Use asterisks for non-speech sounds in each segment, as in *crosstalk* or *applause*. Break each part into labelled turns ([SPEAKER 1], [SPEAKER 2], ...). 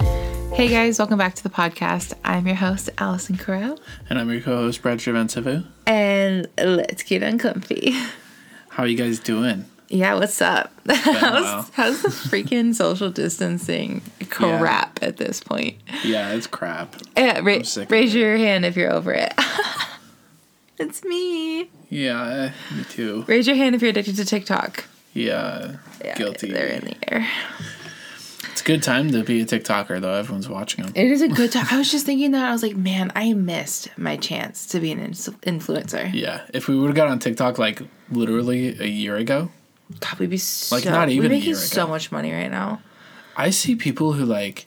[SPEAKER 1] Hey guys, welcome back to the podcast. I'm your host, Allison Corral,
[SPEAKER 2] And I'm your co-host Brad Trevensevu.
[SPEAKER 1] and let's get uncomfy.
[SPEAKER 2] How are you guys doing?
[SPEAKER 1] Yeah, what's up? *laughs*
[SPEAKER 2] while.
[SPEAKER 1] How's, how's the *laughs* freaking social distancing crap at this point?
[SPEAKER 2] Yeah, it's crap.
[SPEAKER 1] Yeah, ra-
[SPEAKER 2] sick of
[SPEAKER 1] raise your hand if you're over it. *laughs* it's me.
[SPEAKER 2] Yeah, eh, me too.
[SPEAKER 1] Raise your hand if you're addicted to TikTok.
[SPEAKER 2] Yeah,
[SPEAKER 1] Yeah,
[SPEAKER 2] guilty.
[SPEAKER 1] They're in the air.
[SPEAKER 2] It's a good time to be a TikToker though. Everyone's watching them.
[SPEAKER 1] It is a good time. I was just thinking that I was like, man, I missed my chance to be an ins- influencer.
[SPEAKER 2] Yeah, if we would have got on TikTok like literally a year ago,
[SPEAKER 1] God, we'd be so
[SPEAKER 2] Like, not even
[SPEAKER 1] we're
[SPEAKER 2] a
[SPEAKER 1] making
[SPEAKER 2] year
[SPEAKER 1] so
[SPEAKER 2] ago.
[SPEAKER 1] much money right now.
[SPEAKER 2] I see people who like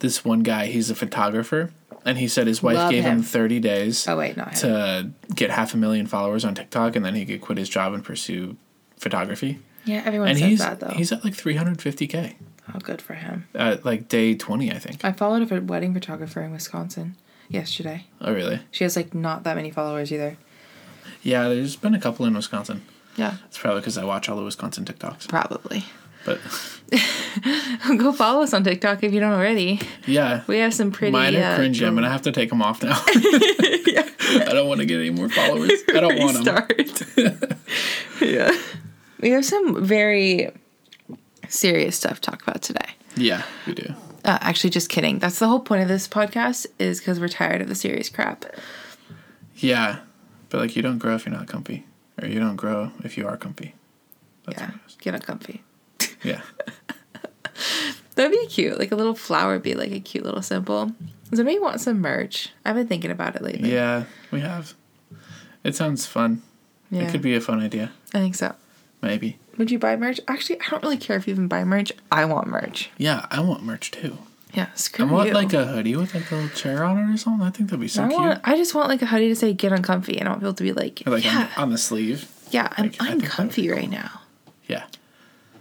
[SPEAKER 2] this one guy. He's a photographer, and he said his wife
[SPEAKER 1] Love
[SPEAKER 2] gave
[SPEAKER 1] him.
[SPEAKER 2] him 30 days
[SPEAKER 1] Oh wait, not him.
[SPEAKER 2] to get half a million followers on TikTok, and then he could quit his job and pursue photography.
[SPEAKER 1] Yeah, everyone
[SPEAKER 2] And
[SPEAKER 1] says
[SPEAKER 2] he's
[SPEAKER 1] that though.
[SPEAKER 2] he's at like 350k
[SPEAKER 1] oh, good for him.
[SPEAKER 2] at like day 20, I think.
[SPEAKER 1] I followed a wedding photographer in Wisconsin yesterday.
[SPEAKER 2] Oh, really?
[SPEAKER 1] She has like not that many followers either.
[SPEAKER 2] Yeah, there's been a couple in Wisconsin.
[SPEAKER 1] Yeah,
[SPEAKER 2] It's probably because I watch all the Wisconsin TikToks.
[SPEAKER 1] probably.
[SPEAKER 2] But
[SPEAKER 1] *laughs*
[SPEAKER 2] *laughs*
[SPEAKER 1] Go follow us on TikTok if you don't already.
[SPEAKER 2] yeah,
[SPEAKER 1] We have some pretty.
[SPEAKER 2] mine are
[SPEAKER 1] uh,
[SPEAKER 2] cringy. I'm gonna have to take them
[SPEAKER 1] *laughs*
[SPEAKER 2] off now. *laughs* I don't want to get any more followers. I don't want them.
[SPEAKER 1] *laughs* Restart. yeah. We have some very serious stuff to talk about today.
[SPEAKER 2] Yeah, we do.
[SPEAKER 1] Uh, actually, just kidding. That's the whole point of this podcast is because we're tired of the serious crap.
[SPEAKER 2] Yeah, but like you don't grow if you're not comfy, or you don't grow if you are comfy. That's
[SPEAKER 1] yeah,
[SPEAKER 2] what it is.
[SPEAKER 1] get uncomfy.
[SPEAKER 2] yeah.
[SPEAKER 1] That'd be cute. Like a little flower would be like a cute little symbol. Does anybody want some merch? I've been thinking about it lately.
[SPEAKER 2] Yeah, we have. It sounds fun.
[SPEAKER 1] Yeah,
[SPEAKER 2] It could be a fun idea,
[SPEAKER 1] I think so.
[SPEAKER 2] maybe.
[SPEAKER 1] Would you buy merch? Actually, I don't really care if you even buy merch. I want merch.
[SPEAKER 2] Yeah, I want merch too.
[SPEAKER 1] Yeah,
[SPEAKER 2] I
[SPEAKER 1] screw
[SPEAKER 2] want
[SPEAKER 1] you.
[SPEAKER 2] like a hoodie with like a little chair on it or something. I think that'd be so
[SPEAKER 1] I
[SPEAKER 2] cute.
[SPEAKER 1] want. I just want like a hoodie to say "Get uncomfy." and I want people to be like,
[SPEAKER 2] Or, like on-
[SPEAKER 1] "Yeah,
[SPEAKER 2] on the sleeve.
[SPEAKER 1] yeah, I'm
[SPEAKER 2] like, I think that would
[SPEAKER 1] uncomfy
[SPEAKER 2] be
[SPEAKER 1] right now."
[SPEAKER 2] Yeah. *laughs*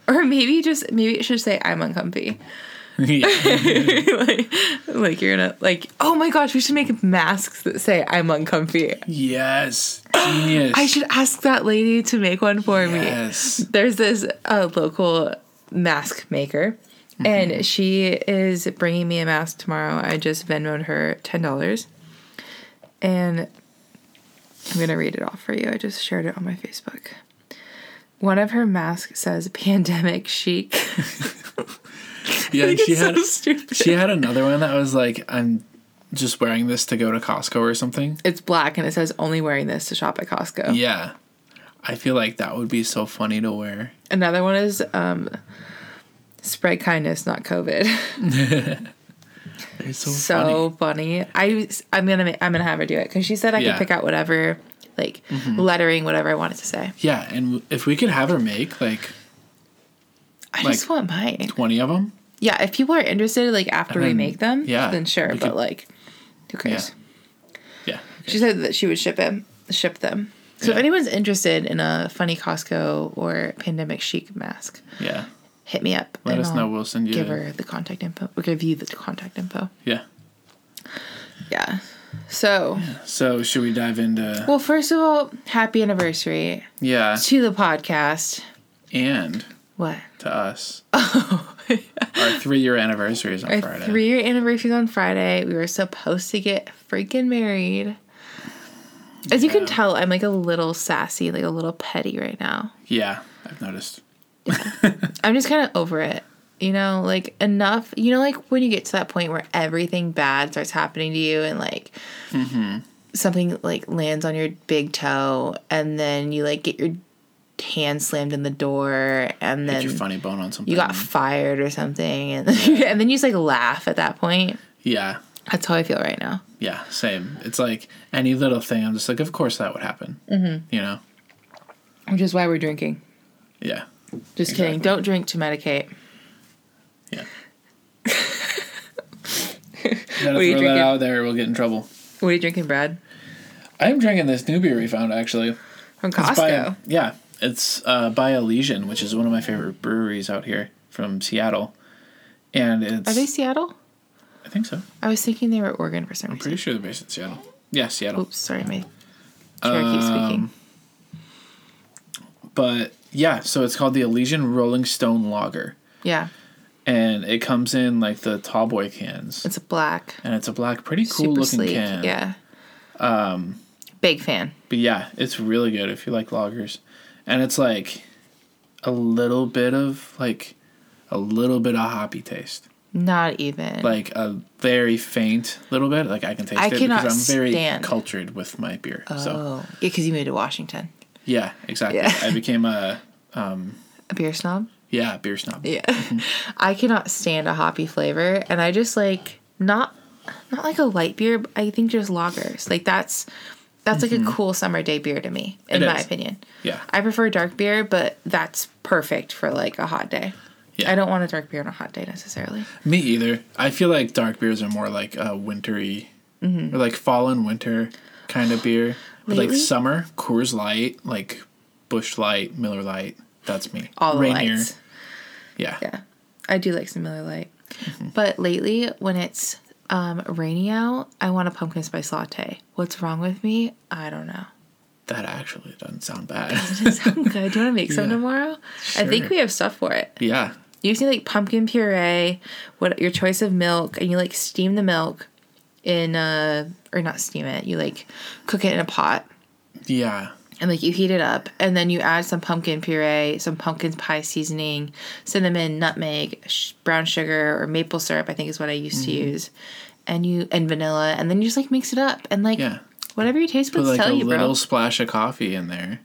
[SPEAKER 1] Or maybe just maybe it should say "I'm uncomfy." *laughs*
[SPEAKER 2] yeah.
[SPEAKER 1] like, like you're gonna like. Oh my gosh, we should make masks that say "I'm uncomfy."
[SPEAKER 2] Yes. Genius.
[SPEAKER 1] I should ask that lady to make one for me. *laughs*
[SPEAKER 2] Yes.
[SPEAKER 1] there's this uh, local mask maker
[SPEAKER 2] Mm-hmm.
[SPEAKER 1] and she is bringing me a mask tomorrow i just venmoed her $10 and i'm gonna read it off for you i just shared it on my facebook one of her masks says pandemic chic *laughs*
[SPEAKER 2] Yeah. and
[SPEAKER 1] It's
[SPEAKER 2] she
[SPEAKER 1] so
[SPEAKER 2] had
[SPEAKER 1] stupid.
[SPEAKER 2] she had another one that was like, I'm just wearing this to go to Costco or something.
[SPEAKER 1] it's black and it says only wearing this to shop at costco
[SPEAKER 2] Yeah. I feel like that would be so funny to wear.
[SPEAKER 1] another one is um, spread kindness not covid *laughs*
[SPEAKER 2] It's so, funny.
[SPEAKER 1] so funny. I I'm gonna ma- I'm gonna have her do it because she said I
[SPEAKER 2] Yeah. Mm-hmm.
[SPEAKER 1] could pick out whatever like lettering whatever I wanted to say.
[SPEAKER 2] Yeah, and w- if we could have her make like
[SPEAKER 1] I
[SPEAKER 2] Like-
[SPEAKER 1] just want mine.
[SPEAKER 2] twenty of them,
[SPEAKER 1] Yeah, if people are interested, like after we
[SPEAKER 2] then-
[SPEAKER 1] make them,
[SPEAKER 2] yeah,
[SPEAKER 1] then sure.
[SPEAKER 2] we
[SPEAKER 1] But
[SPEAKER 2] could-
[SPEAKER 1] like, who cares?
[SPEAKER 2] yeah, okay.
[SPEAKER 1] She said that she would ship them. Ship them. So if
[SPEAKER 2] Yeah.
[SPEAKER 1] anyone's interested in a funny Costco or pandemic chic mask,
[SPEAKER 2] yeah.
[SPEAKER 1] hit me up.
[SPEAKER 2] Let
[SPEAKER 1] and
[SPEAKER 2] us
[SPEAKER 1] I'll
[SPEAKER 2] know. We'll send you.
[SPEAKER 1] Give her the contact info. We'll give you the contact info.
[SPEAKER 2] Yeah.
[SPEAKER 1] Yeah. So,
[SPEAKER 2] So should we dive into?
[SPEAKER 1] well, first of all, happy anniversary
[SPEAKER 2] Yeah,
[SPEAKER 1] to the podcast.
[SPEAKER 2] and
[SPEAKER 1] What? *laughs*
[SPEAKER 2] to us. Our three-year anniversary is on
[SPEAKER 1] Oh, Our
[SPEAKER 2] Friday.
[SPEAKER 1] three year anniversary is on Friday. We were supposed to get freaking married. As you can tell, I'm like a little sassy, like a little petty right now.
[SPEAKER 2] Yeah, I've noticed.
[SPEAKER 1] I'm just kind of over it. You know, like enough. You know, like when you get to that point where everything bad starts happening to you and like
[SPEAKER 2] Mm-hmm.
[SPEAKER 1] something like lands on your big toe and then you like get your hand slammed in the door and
[SPEAKER 2] Get your
[SPEAKER 1] then
[SPEAKER 2] funny bone on something.
[SPEAKER 1] you got fired or something and, *laughs* and then you just like laugh at that point.
[SPEAKER 2] yeah.
[SPEAKER 1] That's how I feel right now.
[SPEAKER 2] Yeah, same. It's like any little thing. I'm just like, of course that would happen. Mm-hmm. You know?
[SPEAKER 1] Which is why we're drinking.
[SPEAKER 2] Yeah,
[SPEAKER 1] Just kidding.
[SPEAKER 2] Exactly.
[SPEAKER 1] Don't drink to medicate. *laughs*
[SPEAKER 2] yeah. Gotta
[SPEAKER 1] What are you
[SPEAKER 2] throw that
[SPEAKER 1] drinking?
[SPEAKER 2] out there. or We'll get in trouble.
[SPEAKER 1] What are you drinking, Brad?
[SPEAKER 2] I'm drinking this new beer we found actually.
[SPEAKER 1] From
[SPEAKER 2] It's by-
[SPEAKER 1] Costco.
[SPEAKER 2] yeah, it's uh, by Elysian, which is one of my favorite breweries out here from Seattle, and it's
[SPEAKER 1] Are they Seattle?
[SPEAKER 2] I think so.
[SPEAKER 1] I was thinking they were Oregon for some reason.
[SPEAKER 2] Pretty sure they're based in Seattle. Yeah, Seattle.
[SPEAKER 1] Oops, sorry, my chair keeps
[SPEAKER 2] Um,
[SPEAKER 1] speaking.
[SPEAKER 2] But yeah, so it's called the Elysian Rolling Stone Lager.
[SPEAKER 1] Yeah.
[SPEAKER 2] and it comes in like the tall boy cans,
[SPEAKER 1] It's black,
[SPEAKER 2] and it's a black, pretty cool
[SPEAKER 1] super
[SPEAKER 2] looking
[SPEAKER 1] sleek.
[SPEAKER 2] can.
[SPEAKER 1] Yeah. Um, big fan.
[SPEAKER 2] But yeah, it's really good if you like lagers. And it's like a little bit of like a little bit of hoppy taste.
[SPEAKER 1] Not even.
[SPEAKER 2] Like a very faint little bit. Like I can taste
[SPEAKER 1] I
[SPEAKER 2] it
[SPEAKER 1] cannot
[SPEAKER 2] because I'm very
[SPEAKER 1] stand-
[SPEAKER 2] cultured with my beer. So
[SPEAKER 1] oh, because you moved to Washington.
[SPEAKER 2] yeah, exactly.
[SPEAKER 1] Yeah.
[SPEAKER 2] I became a
[SPEAKER 1] A beer snob.
[SPEAKER 2] yeah, beer snob.
[SPEAKER 1] Yeah.
[SPEAKER 2] Mm-hmm.
[SPEAKER 1] *laughs* I cannot stand a hoppy flavor and I just like not not like a light beer, but I think just lagers. Like that's that's like a cool summer day beer to me, in
[SPEAKER 2] Mm-hmm. It
[SPEAKER 1] my
[SPEAKER 2] is.
[SPEAKER 1] opinion.
[SPEAKER 2] Yeah.
[SPEAKER 1] I prefer dark beer, but that's perfect for like a hot day.
[SPEAKER 2] Yeah.
[SPEAKER 1] I don't want a dark beer on a hot day necessarily.
[SPEAKER 2] Me either. I feel like dark beers are more like uh wintry
[SPEAKER 1] Mm-hmm.
[SPEAKER 2] or like fall and winter kind of beer. But like
[SPEAKER 1] Lately-
[SPEAKER 2] summer, Coors Light, like Bush Light, Miller Light. That's me.
[SPEAKER 1] All the
[SPEAKER 2] Rainier.
[SPEAKER 1] lights.
[SPEAKER 2] Yeah.
[SPEAKER 1] Yeah. I do like some Miller Lite.
[SPEAKER 2] Mm-hmm.
[SPEAKER 1] But lately when it's um, rainy out, I want a pumpkin spice latte. What's wrong with me? I don't know.
[SPEAKER 2] That actually doesn't sound
[SPEAKER 1] *laughs*
[SPEAKER 2] bad. *laughs*
[SPEAKER 1] Does it sound good? Do you want to make some
[SPEAKER 2] Yeah.
[SPEAKER 1] tomorrow? I think
[SPEAKER 2] Sure.
[SPEAKER 1] we have stuff for it.
[SPEAKER 2] yeah.
[SPEAKER 1] You see like pumpkin puree, what your choice of milk, and you like steam the milk in uh or not steam it, you like cook it in a pot
[SPEAKER 2] Yeah.
[SPEAKER 1] and like you heat it up and then you add some pumpkin puree, some pumpkin pie seasoning, cinnamon, nutmeg, sh- brown sugar or maple syrup I think is what I used to
[SPEAKER 2] Mm-hmm.
[SPEAKER 1] use. And you and vanilla and then you just like mix it up and like
[SPEAKER 2] Yeah.
[SPEAKER 1] whatever your taste
[SPEAKER 2] Put
[SPEAKER 1] buds
[SPEAKER 2] like
[SPEAKER 1] tell
[SPEAKER 2] a
[SPEAKER 1] you,
[SPEAKER 2] little
[SPEAKER 1] bro.
[SPEAKER 2] splash of coffee in there.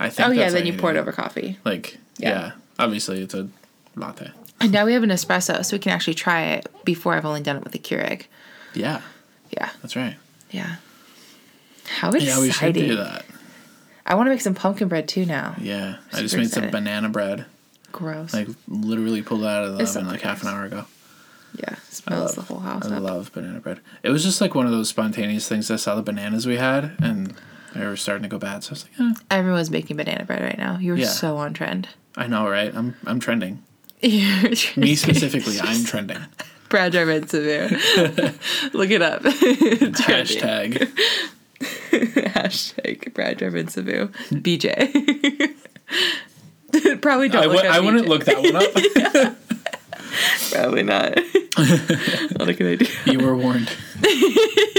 [SPEAKER 2] I think
[SPEAKER 1] Oh yeah,
[SPEAKER 2] that's
[SPEAKER 1] then
[SPEAKER 2] how
[SPEAKER 1] you pour it
[SPEAKER 2] do
[SPEAKER 1] over coffee.
[SPEAKER 2] Like yeah.
[SPEAKER 1] Yeah.
[SPEAKER 2] Obviously it's a latte.
[SPEAKER 1] And now we have an espresso, so we can actually try it before I've only done it with a Keurig.
[SPEAKER 2] Yeah.
[SPEAKER 1] Yeah,
[SPEAKER 2] That's right.
[SPEAKER 1] yeah. How exciting!
[SPEAKER 2] Yeah, we should do that.
[SPEAKER 1] I want to make some pumpkin bread too now.
[SPEAKER 2] Yeah. I
[SPEAKER 1] Super
[SPEAKER 2] just made some
[SPEAKER 1] excited.
[SPEAKER 2] banana bread.
[SPEAKER 1] Gross.
[SPEAKER 2] Like literally pulled out of the
[SPEAKER 1] It's
[SPEAKER 2] oven
[SPEAKER 1] not
[SPEAKER 2] like half an hour ago.
[SPEAKER 1] yeah, smells the whole house
[SPEAKER 2] I
[SPEAKER 1] up.
[SPEAKER 2] love banana bread. It was just like one of those spontaneous things. I saw the bananas we had and they were starting to go bad. So I was like, eh,
[SPEAKER 1] Everyone's making banana bread right now. You're
[SPEAKER 2] Yeah.
[SPEAKER 1] so on trend. *laughs*
[SPEAKER 2] I know, right? I'm I'm trending.
[SPEAKER 1] You're
[SPEAKER 2] Me specifically, I'm trending.
[SPEAKER 1] *laughs* Brad Jarman
[SPEAKER 2] *laughs*
[SPEAKER 1] Severe. Look it up. *laughs* Trendy.
[SPEAKER 2] Hashtag.
[SPEAKER 1] Hashtag Brad Jarman Severe. BJ. *laughs* Probably don't
[SPEAKER 2] I,
[SPEAKER 1] look
[SPEAKER 2] w-
[SPEAKER 1] up
[SPEAKER 2] I wouldn't
[SPEAKER 1] BJ.
[SPEAKER 2] look that one up.
[SPEAKER 1] *laughs*
[SPEAKER 2] *laughs*
[SPEAKER 1] Probably not. not a good idea.
[SPEAKER 2] You were warned.
[SPEAKER 1] *laughs*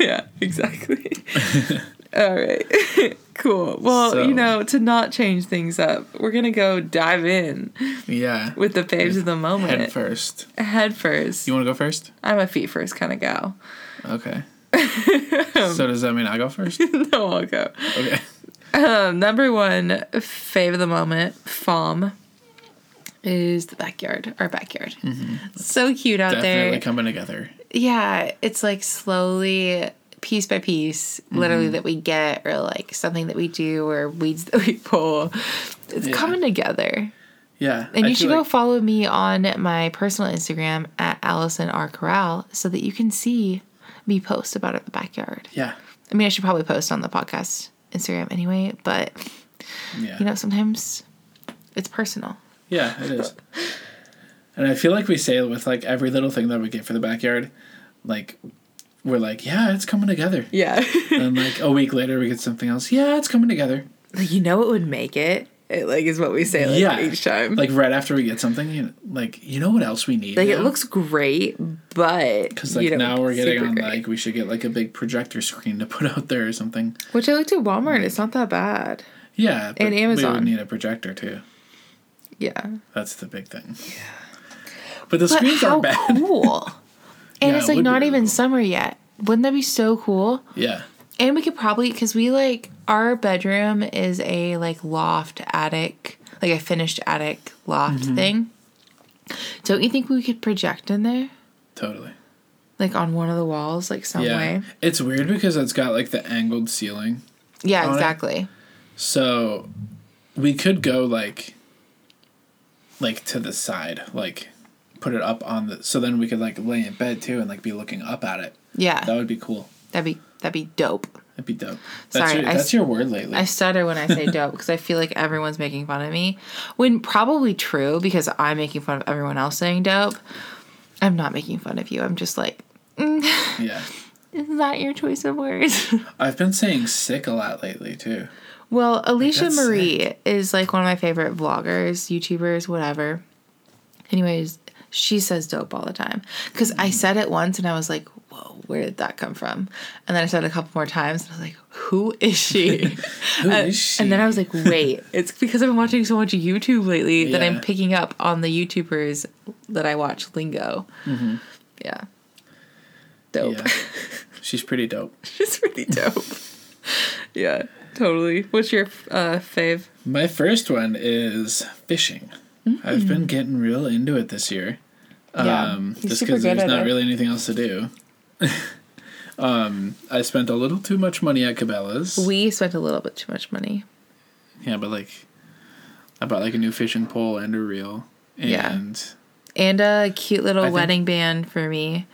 [SPEAKER 1] yeah,
[SPEAKER 2] *laughs*
[SPEAKER 1] exactly. All right. *laughs* cool. Well,
[SPEAKER 2] So-
[SPEAKER 1] you know, to not change things up, we're going to go dive in
[SPEAKER 2] Yeah.
[SPEAKER 1] with the faves of the moment.
[SPEAKER 2] Head first.
[SPEAKER 1] Head first.
[SPEAKER 2] You want to go first?
[SPEAKER 1] I'm a feet first kind of gal. *laughs*
[SPEAKER 2] Okay. so does that mean I
[SPEAKER 1] *laughs*
[SPEAKER 2] go first?
[SPEAKER 1] no, I'll go.
[SPEAKER 2] Okay.
[SPEAKER 1] Um, number one fave of the moment, FOM, is the backyard, our backyard. So cute out
[SPEAKER 2] Mm-hmm. Definitely
[SPEAKER 1] there.
[SPEAKER 2] coming together.
[SPEAKER 1] yeah, it's like slowly, piece by piece, literally
[SPEAKER 2] Mm-hmm.
[SPEAKER 1] that we get, or like something that we do, or weeds *laughs* that we pull. It's
[SPEAKER 2] Yeah.
[SPEAKER 1] coming together.
[SPEAKER 2] Yeah.
[SPEAKER 1] And
[SPEAKER 2] I
[SPEAKER 1] you
[SPEAKER 2] feel
[SPEAKER 1] should go
[SPEAKER 2] like-
[SPEAKER 1] follow me on my personal Instagram at Allison R. Corral so that you can see me post about it in the backyard.
[SPEAKER 2] yeah.
[SPEAKER 1] I mean, I should probably post on the podcast Instagram anyway, but
[SPEAKER 2] Yeah.
[SPEAKER 1] you know, sometimes it's personal.
[SPEAKER 2] Yeah, it is. And I feel like we say it with like every little thing that we get for the backyard, like we're like, yeah, it's coming together. *laughs*
[SPEAKER 1] Yeah.
[SPEAKER 2] And like a week later, we get something else. Yeah, it's coming together.
[SPEAKER 1] like, you know what would make it? It like is what we say like
[SPEAKER 2] yeah,
[SPEAKER 1] each time. Like,
[SPEAKER 2] Like right after we get something, you know, like you know what else we need?
[SPEAKER 1] it looks great, but
[SPEAKER 2] because like
[SPEAKER 1] you know,
[SPEAKER 2] now we're getting
[SPEAKER 1] super
[SPEAKER 2] on
[SPEAKER 1] great.
[SPEAKER 2] like we should get like a big projector screen to put *laughs* out there or something.
[SPEAKER 1] Which I looked at Walmart, it's not that bad.
[SPEAKER 2] Yeah, but
[SPEAKER 1] And
[SPEAKER 2] we would
[SPEAKER 1] Amazon.
[SPEAKER 2] need a projector too.
[SPEAKER 1] Yeah.
[SPEAKER 2] That's the big thing. Yeah, but the
[SPEAKER 1] But
[SPEAKER 2] screens
[SPEAKER 1] how
[SPEAKER 2] aren't bad.
[SPEAKER 1] cool. And
[SPEAKER 2] Yeah,
[SPEAKER 1] it's like
[SPEAKER 2] it would be
[SPEAKER 1] not
[SPEAKER 2] really
[SPEAKER 1] even
[SPEAKER 2] cool.
[SPEAKER 1] summer yet. Wouldn't that be so cool?
[SPEAKER 2] *laughs* Yeah,
[SPEAKER 1] And we could probably because we like our bedroom is a like loft attic, like a finished attic loft
[SPEAKER 2] Mm-hmm.
[SPEAKER 1] thing. Don't you think we could project in there,
[SPEAKER 2] totally.
[SPEAKER 1] like on one of the walls, like some
[SPEAKER 2] Yeah,
[SPEAKER 1] way?
[SPEAKER 2] it's weird because it's got like the angled ceiling.
[SPEAKER 1] Yeah,
[SPEAKER 2] On it?
[SPEAKER 1] exactly.
[SPEAKER 2] So we could go like like to the side, like put it up on the so then we could like lay in bed too and like be looking up at it.
[SPEAKER 1] Yeah,
[SPEAKER 2] That would be cool.
[SPEAKER 1] that'd be that'd be dope.
[SPEAKER 2] That'd be dope. That's
[SPEAKER 1] Sorry,
[SPEAKER 2] your
[SPEAKER 1] I
[SPEAKER 2] that's
[SPEAKER 1] s-
[SPEAKER 2] your word lately.
[SPEAKER 1] I stutter when I *laughs* say dope because I feel like everyone's making fun of me, when probably true because I'm making fun of everyone else saying dope. I'm not making fun of you. I'm just like,
[SPEAKER 2] *laughs*
[SPEAKER 1] "Mm."
[SPEAKER 2] yeah.
[SPEAKER 1] *laughs* is that your choice of words?
[SPEAKER 2] I've been saying sick a lot lately too.
[SPEAKER 1] *laughs* Well, Alicia
[SPEAKER 2] that's
[SPEAKER 1] Marie is like one of my favorite vloggers, YouTubers, whatever. Anyways, she says dope all the time. Because I said it once and I was like, whoa, where did that come from? And then I said it a couple more times and I was like, who is *laughs* she?
[SPEAKER 2] Who
[SPEAKER 1] and,
[SPEAKER 2] is
[SPEAKER 1] Uh, and then I
[SPEAKER 2] she?
[SPEAKER 1] was like,
[SPEAKER 2] *laughs*
[SPEAKER 1] wait, it's because I've been watching so much YouTube lately that I'm
[SPEAKER 2] Yeah.
[SPEAKER 1] picking up on the YouTubers that I watch lingo. Yeah. Dope.
[SPEAKER 2] Mm-hmm.
[SPEAKER 1] *laughs*
[SPEAKER 2] Yeah. She's pretty dope.
[SPEAKER 1] She's really dope. yeah, totally. What's your uh, fave?
[SPEAKER 2] My first one is fishing. I've been getting real into it this year.
[SPEAKER 1] Hmm. Yeah,
[SPEAKER 2] um,
[SPEAKER 1] you're
[SPEAKER 2] just
[SPEAKER 1] super
[SPEAKER 2] because
[SPEAKER 1] good at
[SPEAKER 2] there's not
[SPEAKER 1] it.
[SPEAKER 2] really anything else to do. *laughs* um, I spent a little too much money at Cabela's.
[SPEAKER 1] We spent a little bit too much money.
[SPEAKER 2] yeah, but like, I bought like a new fishing pole and a reel.
[SPEAKER 1] Yeah.
[SPEAKER 2] And
[SPEAKER 1] And a cute little
[SPEAKER 2] I think-
[SPEAKER 1] wedding band for me.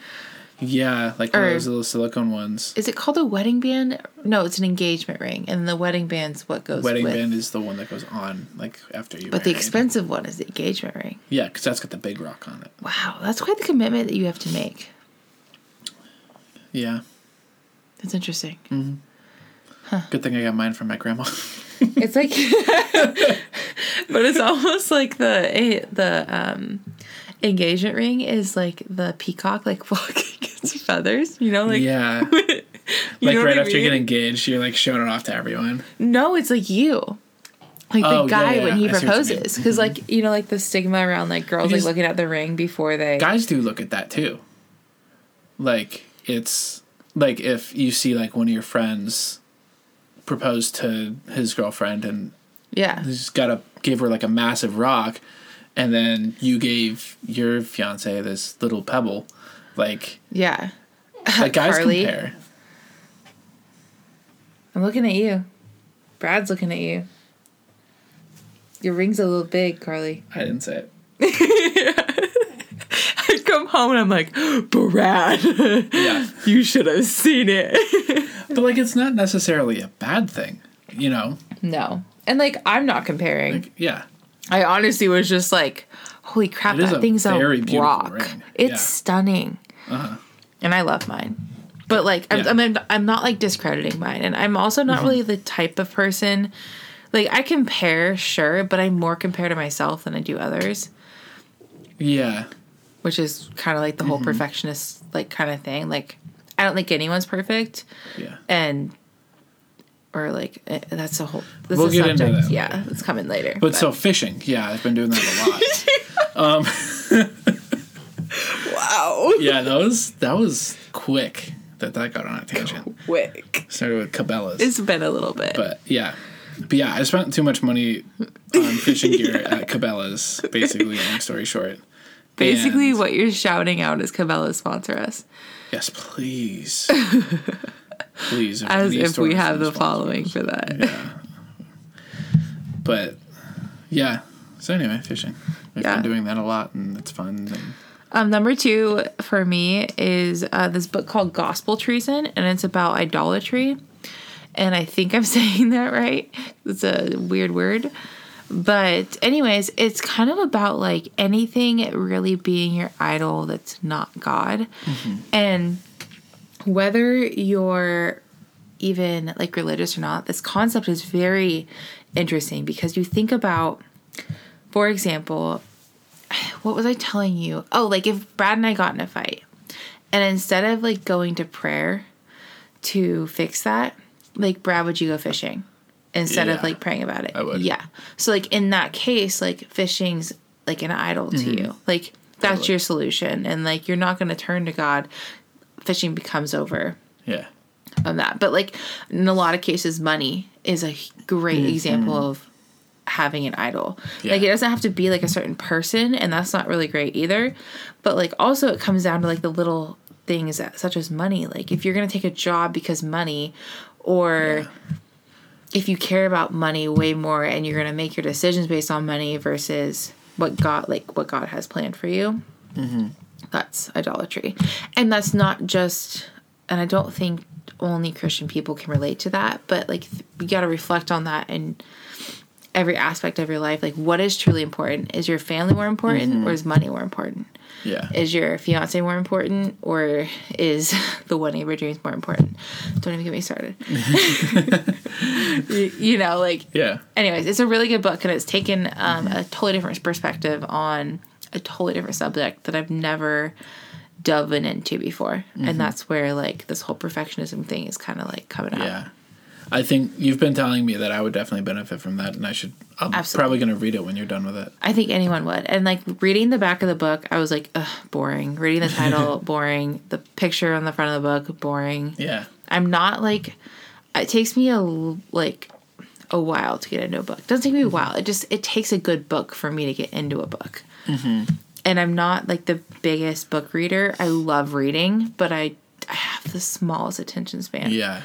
[SPEAKER 2] yeah, like one
[SPEAKER 1] Or-
[SPEAKER 2] of those little silicone ones.
[SPEAKER 1] Is it called a wedding band? No, it's an engagement ring. And the wedding band's what goes
[SPEAKER 2] Wedding
[SPEAKER 1] with.
[SPEAKER 2] band is the one that goes on like after you.
[SPEAKER 1] But the
[SPEAKER 2] married.
[SPEAKER 1] expensive one is the engagement ring.
[SPEAKER 2] Yeah, because that's got the big rock on it.
[SPEAKER 1] Wow, that's quite the commitment that you have to make.
[SPEAKER 2] Yeah.
[SPEAKER 1] That's interesting.
[SPEAKER 2] Good thing I got mine from my grandma.
[SPEAKER 1] It's like, *laughs* but it's almost like the eh, the um, engagement ring is like the peacock, like *laughs* walking its feathers. You know, like
[SPEAKER 2] *laughs* yeah.
[SPEAKER 1] *laughs* you
[SPEAKER 2] like
[SPEAKER 1] know
[SPEAKER 2] right
[SPEAKER 1] what I
[SPEAKER 2] after you get
[SPEAKER 1] mean?
[SPEAKER 2] engaged, you're like showing it off to everyone.
[SPEAKER 1] No, it's like you. Like the
[SPEAKER 2] Oh, yeah,
[SPEAKER 1] guy
[SPEAKER 2] yeah,
[SPEAKER 1] when he
[SPEAKER 2] yeah. I see what you mean. Mm-hmm.
[SPEAKER 1] proposes, because like you know, like the stigma around like girls
[SPEAKER 2] Because-
[SPEAKER 1] like looking at the ring before they.
[SPEAKER 2] Guys do look at that too. Like it's like if you see like one of your friends propose to his girlfriend and
[SPEAKER 1] yeah,
[SPEAKER 2] he's got to give her like a massive rock, and then you gave your fiance this little pebble. Like,
[SPEAKER 1] yeah.
[SPEAKER 2] like guys
[SPEAKER 1] Carly.
[SPEAKER 2] compare.
[SPEAKER 1] I'm looking at you. Brad's looking at you. Your ring's a little big,
[SPEAKER 2] *laughs*
[SPEAKER 1] Carly.
[SPEAKER 2] I didn't say it.
[SPEAKER 1] I come home and I'm
[SPEAKER 2] *gasps*
[SPEAKER 1] like, Brad, *laughs*
[SPEAKER 2] Yeah.
[SPEAKER 1] you should have seen it.
[SPEAKER 2] But like, it's not necessarily a bad thing, you know?
[SPEAKER 1] no. And like, I'm not comparing.
[SPEAKER 2] Like, yeah.
[SPEAKER 1] I honestly was just like, holy crap,
[SPEAKER 2] It is
[SPEAKER 1] that
[SPEAKER 2] a
[SPEAKER 1] thing's
[SPEAKER 2] very
[SPEAKER 1] a
[SPEAKER 2] beautiful
[SPEAKER 1] rock.
[SPEAKER 2] ring.
[SPEAKER 1] It's
[SPEAKER 2] Yeah. Uh-huh.
[SPEAKER 1] stunning. And I love mine. But like, I'm,
[SPEAKER 2] Yeah. Mm-hmm.
[SPEAKER 1] I'm, I'm not like discrediting mine. And I'm also not really the type of person, like, I compare, sure, but I more compare to myself than I do others,
[SPEAKER 2] Yeah.
[SPEAKER 1] which is kind of like the whole
[SPEAKER 2] Mm-hmm.
[SPEAKER 1] perfectionist, like, kind of thing. Like, I don't think anyone's perfect.
[SPEAKER 2] Yeah.
[SPEAKER 1] And, or like, eh, that's a whole, that's
[SPEAKER 2] We'll
[SPEAKER 1] a
[SPEAKER 2] get into
[SPEAKER 1] subject.
[SPEAKER 2] that
[SPEAKER 1] yeah, it's coming later.
[SPEAKER 2] But so fishing, yeah, I've been doing that a lot.
[SPEAKER 1] wow. *laughs*
[SPEAKER 2] yeah, that was that was quick that that got on a tangent.
[SPEAKER 1] Wick.
[SPEAKER 2] Started with Cabela's,
[SPEAKER 1] It's been a little bit.
[SPEAKER 2] but yeah, but yeah, I spent too much money
[SPEAKER 1] *laughs*
[SPEAKER 2] on fishing gear at Cabela's. Basically, long story short.
[SPEAKER 1] Basically,
[SPEAKER 2] And-
[SPEAKER 1] what you're shouting out is Cabela's sponsor us,
[SPEAKER 2] yes,
[SPEAKER 1] *laughs*
[SPEAKER 2] please, please, if
[SPEAKER 1] as
[SPEAKER 2] any
[SPEAKER 1] if we
[SPEAKER 2] stores
[SPEAKER 1] have the
[SPEAKER 2] want to sponsor-
[SPEAKER 1] following for that.
[SPEAKER 2] But yeah, so anyway, fishing. I've
[SPEAKER 1] Yeah.
[SPEAKER 2] been doing that a lot, and it's fun. And
[SPEAKER 1] Um, number two for me is uh, this book called Gospel Treason, and it's about idolatry. And I think I'm *laughs* saying that right. It's a weird word. But, anyways, it's kind of about like anything really being your idol that's not God.
[SPEAKER 2] Mm-hmm.
[SPEAKER 1] And whether you're even like religious or not, this concept is very interesting because you think about, for example, what was I telling you? Oh, like if Brad and I got in a fight, and instead of like going to prayer to fix that, like Brad, would you go fishing instead of
[SPEAKER 2] Yeah.
[SPEAKER 1] like praying about it?
[SPEAKER 2] I would.
[SPEAKER 1] Yeah. So like in that case, like fishing's like an idol to you. Like that's
[SPEAKER 2] Totally.
[SPEAKER 1] your solution, and like you're not going to turn to God. Fishing becomes over
[SPEAKER 2] yeah,
[SPEAKER 1] on that. But like in a lot of cases, money is a great example of having an idol.
[SPEAKER 2] Yeah.
[SPEAKER 1] Like it doesn't have to be like a certain person, and that's not really great either. But like also, it comes down to like the little things that, such as money. Like if you're gonna take a job because money, or if you care about money way more and you're going to make your decisions based on money versus what God like what God has planned for you. That's idolatry. And that's not just and I don't think only Christian people can relate to that, but like th- you got to reflect on that in every aspect of your life. Like what is truly important? Is your family more important or is money more important?
[SPEAKER 2] yeah,
[SPEAKER 1] Is your fiance more important *laughs* or is the wedding of your dreams more important? Don't even get me started. Y- *laughs* you know, like
[SPEAKER 2] Yeah.
[SPEAKER 1] anyways, it's a really good book and it's taken um, a totally different perspective on a totally different subject that I've never dove in into before. And that's where like this whole perfectionism thing is kind of like coming out.
[SPEAKER 2] Yeah. I think you've been telling me that I would definitely benefit from that, and I should. I'm
[SPEAKER 1] Absolutely.
[SPEAKER 2] probably going to read it when you're done with it.
[SPEAKER 1] I think anyone would. And like reading the back of the book, I was like, ugh, boring. Reading the title, boring. The picture on the front of the book, boring.
[SPEAKER 2] Yeah.
[SPEAKER 1] I'm not like it takes me a l- like a while to get into a book. It doesn't take me a while. It just it takes a good book for me to get into a book.
[SPEAKER 2] Mm-hmm.
[SPEAKER 1] And I'm not like the biggest book reader. I love reading, but I I have the smallest attention span.
[SPEAKER 2] Yeah.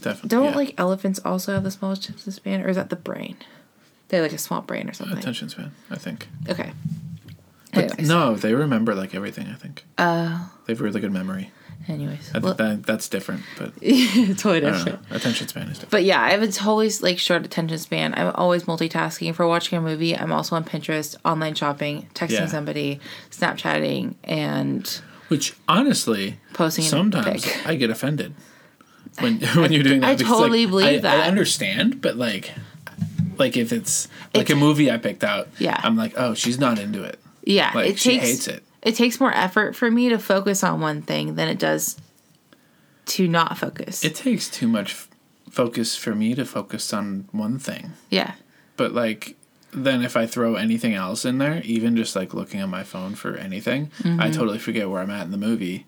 [SPEAKER 2] Definitely.
[SPEAKER 1] Don't
[SPEAKER 2] yeah.
[SPEAKER 1] like elephants also have the smallest attention span, or is that the brain? They have like a small brain or something.
[SPEAKER 2] attention span. I think.
[SPEAKER 1] Okay.
[SPEAKER 2] But
[SPEAKER 1] Anyways.
[SPEAKER 2] no, they remember like everything. I think. Oh. they have really good memory.
[SPEAKER 1] *laughs* Anyways,
[SPEAKER 2] I
[SPEAKER 1] Uh, Well, *laughs*
[SPEAKER 2] think that that's different, but
[SPEAKER 1] totally
[SPEAKER 2] I don't
[SPEAKER 1] *laughs* different.
[SPEAKER 2] know. Attention span is different.
[SPEAKER 1] But yeah, I have a totally like short attention span. I'm always multitasking. If we're watching a movie, I'm also on Pinterest, online shopping, texting
[SPEAKER 2] Yeah.
[SPEAKER 1] somebody, Snapchatting, and
[SPEAKER 2] Which honestly,
[SPEAKER 1] Posting a
[SPEAKER 2] sometimes
[SPEAKER 1] pic.
[SPEAKER 2] I get offended when *laughs* when you're doing that.
[SPEAKER 1] I
[SPEAKER 2] because, like,
[SPEAKER 1] totally believe
[SPEAKER 2] I-
[SPEAKER 1] that.
[SPEAKER 2] I understand, but like, like if it's like
[SPEAKER 1] It's-
[SPEAKER 2] a movie I picked out,
[SPEAKER 1] Yeah.
[SPEAKER 2] I'm like, oh, she's not into it.
[SPEAKER 1] yeah,
[SPEAKER 2] Like,
[SPEAKER 1] it
[SPEAKER 2] she
[SPEAKER 1] takes
[SPEAKER 2] hates it.
[SPEAKER 1] takes more effort for me to focus on one thing than it does to not focus.
[SPEAKER 2] It takes too much f- focus for me to focus on one thing,
[SPEAKER 1] yeah,
[SPEAKER 2] but like. Then if I throw anything else in there, even just like looking at my phone for anything, I totally forget where I'm at in the movie,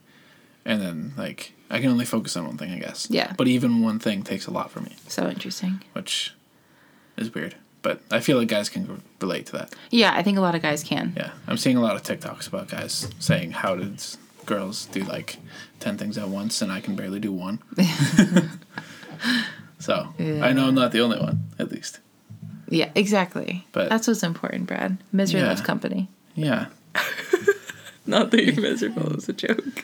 [SPEAKER 2] and then like I can only focus on one thing, I guess.
[SPEAKER 1] Yeah.
[SPEAKER 2] But even one thing takes a lot for me.
[SPEAKER 1] so interesting.
[SPEAKER 2] which is weird. But I feel like guys can relate to that.
[SPEAKER 1] Yeah, I think a lot of guys can.
[SPEAKER 2] Yeah, I'm seeing a lot of TikToks about guys saying how did s- girls do like ten things at once, and I can barely do one. *laughs* so I know I'm not the only one, at least.
[SPEAKER 1] Yeah, exactly.
[SPEAKER 2] But-
[SPEAKER 1] that's what's important, Brad. Misery
[SPEAKER 2] Yeah.
[SPEAKER 1] loves company.
[SPEAKER 2] Yeah,
[SPEAKER 1] Not that you're miserable is a joke.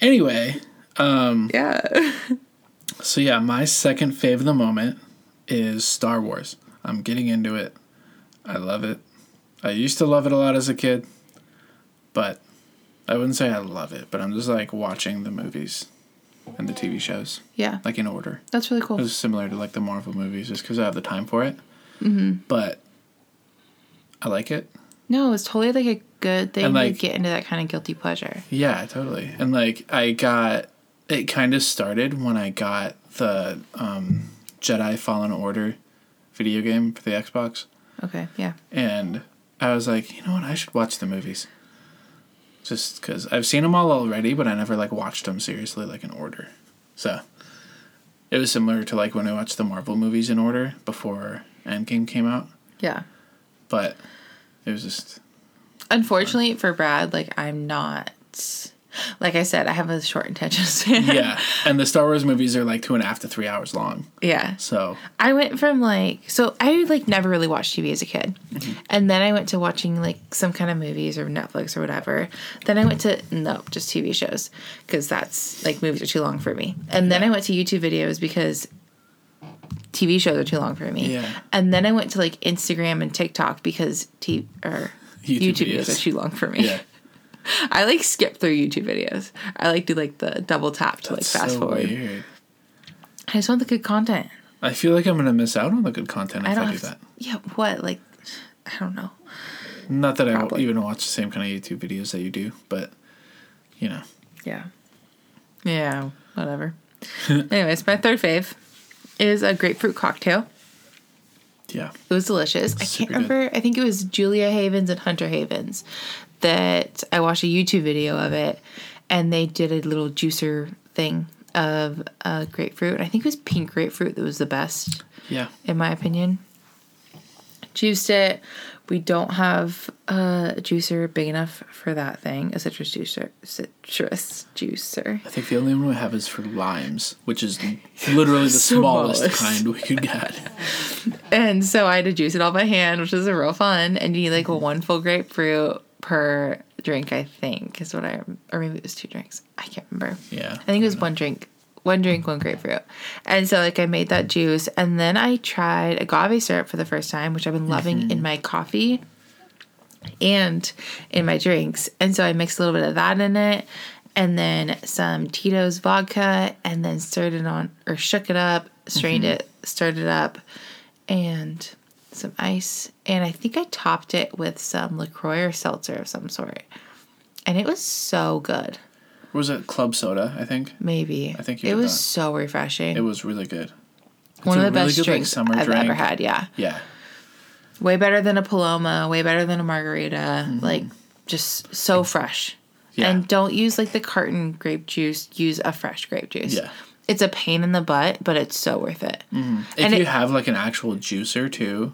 [SPEAKER 2] Anyway, Mm.
[SPEAKER 1] Yeah. *laughs*
[SPEAKER 2] so yeah, my second fave of the moment is Star Wars. I'm getting into it. I love it. I used to love it a lot as a kid, but I wouldn't say I love it, but I'm just like watching the movies and the TV shows
[SPEAKER 1] Yeah.
[SPEAKER 2] like in order.
[SPEAKER 1] That's really cool.
[SPEAKER 2] It was similar to like the Marvel movies just because I have the time for it. But I like it.
[SPEAKER 1] No, it's totally like a good thing
[SPEAKER 2] And, like-
[SPEAKER 1] to get into that kind of guilty pleasure.
[SPEAKER 2] Yeah, totally. And like I got it kind of started when I got the um, Jedi Fallen Order video game for the Xbox,
[SPEAKER 1] Okay, yeah.
[SPEAKER 2] and I was like, you know what, I should watch the movies. Just because I've seen them all already, but I never like watched them seriously like in order. So it was similar to like when I watched the Marvel movies in order before Endgame came out,
[SPEAKER 1] Yeah.
[SPEAKER 2] but it was just
[SPEAKER 1] Unfortunately for Brad, like I'm not like I said, I have a short attention span.
[SPEAKER 2] yeah. and the Star Wars movies are like two and a half to three hours long,
[SPEAKER 1] *laughs* yeah.
[SPEAKER 2] so
[SPEAKER 1] I went from like so I like never really watched TV as a kid.
[SPEAKER 2] Mm-hmm.
[SPEAKER 1] And then I went to watching like some kind of movies or Netflix or whatever. Then I went to nope, just TV shows cuz that's like movies are too long for me. And then I went to YouTube videos because TV shows are too long for me.
[SPEAKER 2] Yeah.
[SPEAKER 1] And then I went to like Instagram and TikTok because T or
[SPEAKER 2] YouTube
[SPEAKER 1] YouTube, videos
[SPEAKER 2] videos.
[SPEAKER 1] are too long for me.
[SPEAKER 2] Yeah.
[SPEAKER 1] *laughs* I like skip through YouTube videos. I like do like the double tap to like fast
[SPEAKER 2] so
[SPEAKER 1] forward.
[SPEAKER 2] weird.
[SPEAKER 1] I just want the good content.
[SPEAKER 2] I feel like I'm gonna miss out on the good content if
[SPEAKER 1] I
[SPEAKER 2] I,
[SPEAKER 1] don't
[SPEAKER 2] do
[SPEAKER 1] have
[SPEAKER 2] that.
[SPEAKER 1] to, yeah, what like I don't know.
[SPEAKER 2] Not that I w-
[SPEAKER 1] Probably.
[SPEAKER 2] even watch the same kind of YouTube videos that you do, but you know,
[SPEAKER 1] Yeah. Yeah, whatever. *laughs* Anyways, my third fave is a grapefruit cocktail.
[SPEAKER 2] yeah,
[SPEAKER 1] It was delicious. I
[SPEAKER 2] Super
[SPEAKER 1] can't
[SPEAKER 2] good.
[SPEAKER 1] remember. I think it was Julia Havens and Hunter Havens that I watched a YouTube video of it, and they did a little juicer thing of uh, grapefruit. I think it was pink grapefruit that was the best.
[SPEAKER 2] yeah,
[SPEAKER 1] in my opinion. Juiced it. We don't have a juicer big enough for that thing, a citrus juicer. Citrus juicer.
[SPEAKER 2] I think the only one we have is for limes,
[SPEAKER 1] *laughs*
[SPEAKER 2] which is literally the smallest,
[SPEAKER 1] Smallest.
[SPEAKER 2] kind we could get.
[SPEAKER 1] *laughs* And so I had to juice it all by hand, which was real fun. And you need like one full grapefruit per drink, I think, is what I, or maybe it was two drinks. I can't remember.
[SPEAKER 2] Yeah.
[SPEAKER 1] I think it was one drink, one drink, one grapefruit. And so like I made that juice and then I tried agave syrup for the first time, which I've been loving in my coffee and in my drinks. And so I mixed a little bit of that in it and then some Tito's vodka, and then stirred it on or shook it up, strained it, stirred it up, and some ice. And I think I topped it with some LaCroix or seltzer of some sort. And it was so good.
[SPEAKER 2] Was it club soda? I think
[SPEAKER 1] Maybe.
[SPEAKER 2] I think you
[SPEAKER 1] it
[SPEAKER 2] did
[SPEAKER 1] was
[SPEAKER 2] that.
[SPEAKER 1] so refreshing.
[SPEAKER 2] it was really good.
[SPEAKER 1] One of
[SPEAKER 2] a
[SPEAKER 1] the
[SPEAKER 2] really
[SPEAKER 1] best
[SPEAKER 2] good, like,
[SPEAKER 1] drinks
[SPEAKER 2] summer
[SPEAKER 1] I've ever
[SPEAKER 2] drink.
[SPEAKER 1] had. Yeah.
[SPEAKER 2] Yeah,
[SPEAKER 1] Way better than a Paloma, way better than a margarita. Like, just so fresh.
[SPEAKER 2] Mm-hmm. Yeah.
[SPEAKER 1] And don't use like the carton grape juice, use a fresh grape juice.
[SPEAKER 2] Yeah. Mm-hmm.
[SPEAKER 1] It's a pain in the butt, but it's so worth it.
[SPEAKER 2] if
[SPEAKER 1] And
[SPEAKER 2] you
[SPEAKER 1] it-
[SPEAKER 2] have like an actual juicer too,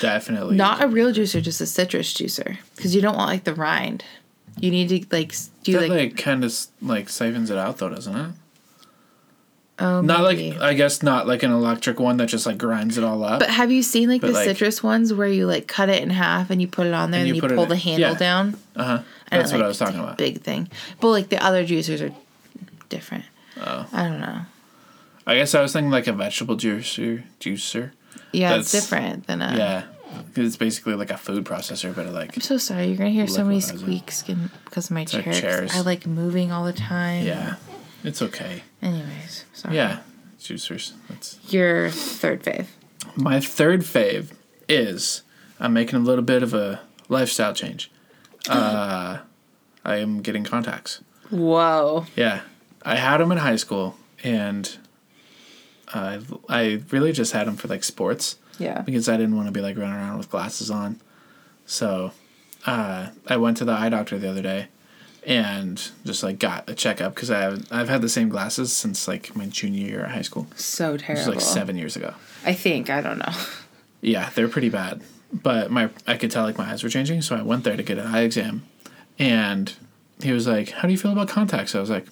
[SPEAKER 2] definitely.
[SPEAKER 1] Not a real juicer, just a citrus juicer. Because you don't want like the rind. You need to like s- do
[SPEAKER 2] that
[SPEAKER 1] like,
[SPEAKER 2] like, kind of like siphons it out though, doesn't it?
[SPEAKER 1] oh,
[SPEAKER 2] Not
[SPEAKER 1] maybe.
[SPEAKER 2] like I guess not like an electric one that just like grinds it all up.
[SPEAKER 1] But have you seen like
[SPEAKER 2] But,
[SPEAKER 1] the
[SPEAKER 2] like-
[SPEAKER 1] citrus ones where you like cut it in half and you put it on there and,
[SPEAKER 2] you
[SPEAKER 1] you,
[SPEAKER 2] put it
[SPEAKER 1] pull
[SPEAKER 2] in-
[SPEAKER 1] the handle
[SPEAKER 2] yeah.
[SPEAKER 1] down?
[SPEAKER 2] uh huh.
[SPEAKER 1] And
[SPEAKER 2] That's
[SPEAKER 1] it,
[SPEAKER 2] what I
[SPEAKER 1] like,
[SPEAKER 2] was talking
[SPEAKER 1] it's a
[SPEAKER 2] about.
[SPEAKER 1] Big thing. But like the other juicers are different.
[SPEAKER 2] Oh.
[SPEAKER 1] I don't know.
[SPEAKER 2] I guess I was thinking like a vegetable juicer. Juicer.
[SPEAKER 1] Yeah, it's
[SPEAKER 2] That's-
[SPEAKER 1] different than a.
[SPEAKER 2] Yeah, 'Cause it's basically like a food processor, but it like
[SPEAKER 1] I'm so sorry. You're gonna hear so many
[SPEAKER 2] Liquidizer.
[SPEAKER 1] squeaks in- because of my
[SPEAKER 2] our
[SPEAKER 1] chair. 'cause
[SPEAKER 2] chairs.
[SPEAKER 1] I like moving all the time.
[SPEAKER 2] yeah, it's okay.
[SPEAKER 1] Anyways, sorry.
[SPEAKER 2] Yeah, juicers. That's
[SPEAKER 1] Your third fave.
[SPEAKER 2] my third fave. Is I'm making a little bit of a lifestyle change. Uh, I am getting contacts.
[SPEAKER 1] Whoa.
[SPEAKER 2] Yeah, I had them in high school, and I I really just had them for like sports
[SPEAKER 1] Yeah.
[SPEAKER 2] because I didn't want to be like running around with glasses on. So uh, I went to the eye doctor the other day and just like got a checkup because I've I've had the same glasses since like my junior year of high school,
[SPEAKER 1] So
[SPEAKER 2] which is
[SPEAKER 1] terrible.
[SPEAKER 2] like seven years ago.
[SPEAKER 1] I think I don't know. *laughs*
[SPEAKER 2] Yeah, they're pretty bad. But my I could tell like my eyes were changing, so I went there to get an eye exam. And he was like, "How do you feel about contacts?" I was like,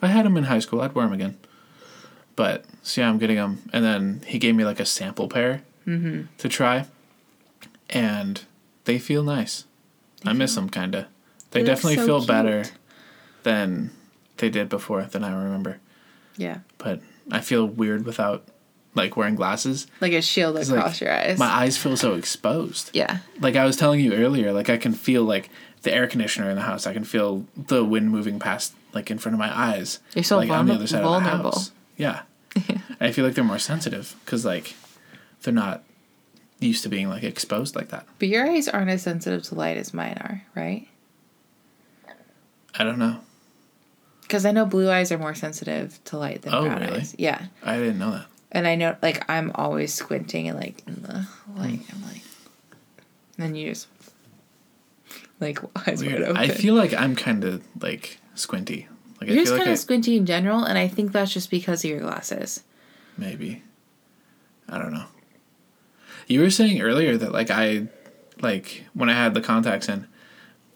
[SPEAKER 2] "I had them in high school. I'd wear them again." But so yeah, I'm getting them. And then he gave me like a sample pair
[SPEAKER 1] Mm-hmm.
[SPEAKER 2] to try, and they feel nice. I miss them kinda.
[SPEAKER 1] They
[SPEAKER 2] They,
[SPEAKER 1] look
[SPEAKER 2] definitely
[SPEAKER 1] so
[SPEAKER 2] feel
[SPEAKER 1] cute.
[SPEAKER 2] better than they did before than I remember.
[SPEAKER 1] Yeah.
[SPEAKER 2] But I feel weird without like wearing glasses.
[SPEAKER 1] Like a shield
[SPEAKER 2] like,
[SPEAKER 1] across your eyes.
[SPEAKER 2] My eyes feel so exposed
[SPEAKER 1] yeah.
[SPEAKER 2] like I was telling you earlier, like I can feel like the air conditioner in the house. I can feel the wind moving past, like in front of my eyes.
[SPEAKER 1] You're so
[SPEAKER 2] like,
[SPEAKER 1] vulner- vulnerable. *laughs*
[SPEAKER 2] Yeah, I feel like they're more sensitive because like they're not used to being like exposed like that.
[SPEAKER 1] But your eyes aren't as sensitive to light as mine are, right?
[SPEAKER 2] I don't know.
[SPEAKER 1] Because I know blue eyes are more sensitive to light than
[SPEAKER 2] Oh,
[SPEAKER 1] brown
[SPEAKER 2] really?
[SPEAKER 1] eyes. Yeah.
[SPEAKER 2] I didn't know that.
[SPEAKER 1] And I know, like, I'm always squinting and, like, in the light.
[SPEAKER 2] Hmm.
[SPEAKER 1] I'm like, and then you just, like, *laughs* eyes wide
[SPEAKER 2] Weird.
[SPEAKER 1] open.
[SPEAKER 2] I feel like I'm kind of like squinty. Like
[SPEAKER 1] You're
[SPEAKER 2] I
[SPEAKER 1] just
[SPEAKER 2] feel
[SPEAKER 1] kind
[SPEAKER 2] like
[SPEAKER 1] of
[SPEAKER 2] I,
[SPEAKER 1] squinty in general, and I think that's just because of your glasses.
[SPEAKER 2] maybe. I don't know. You were saying earlier that like I, like when I had the contacts in,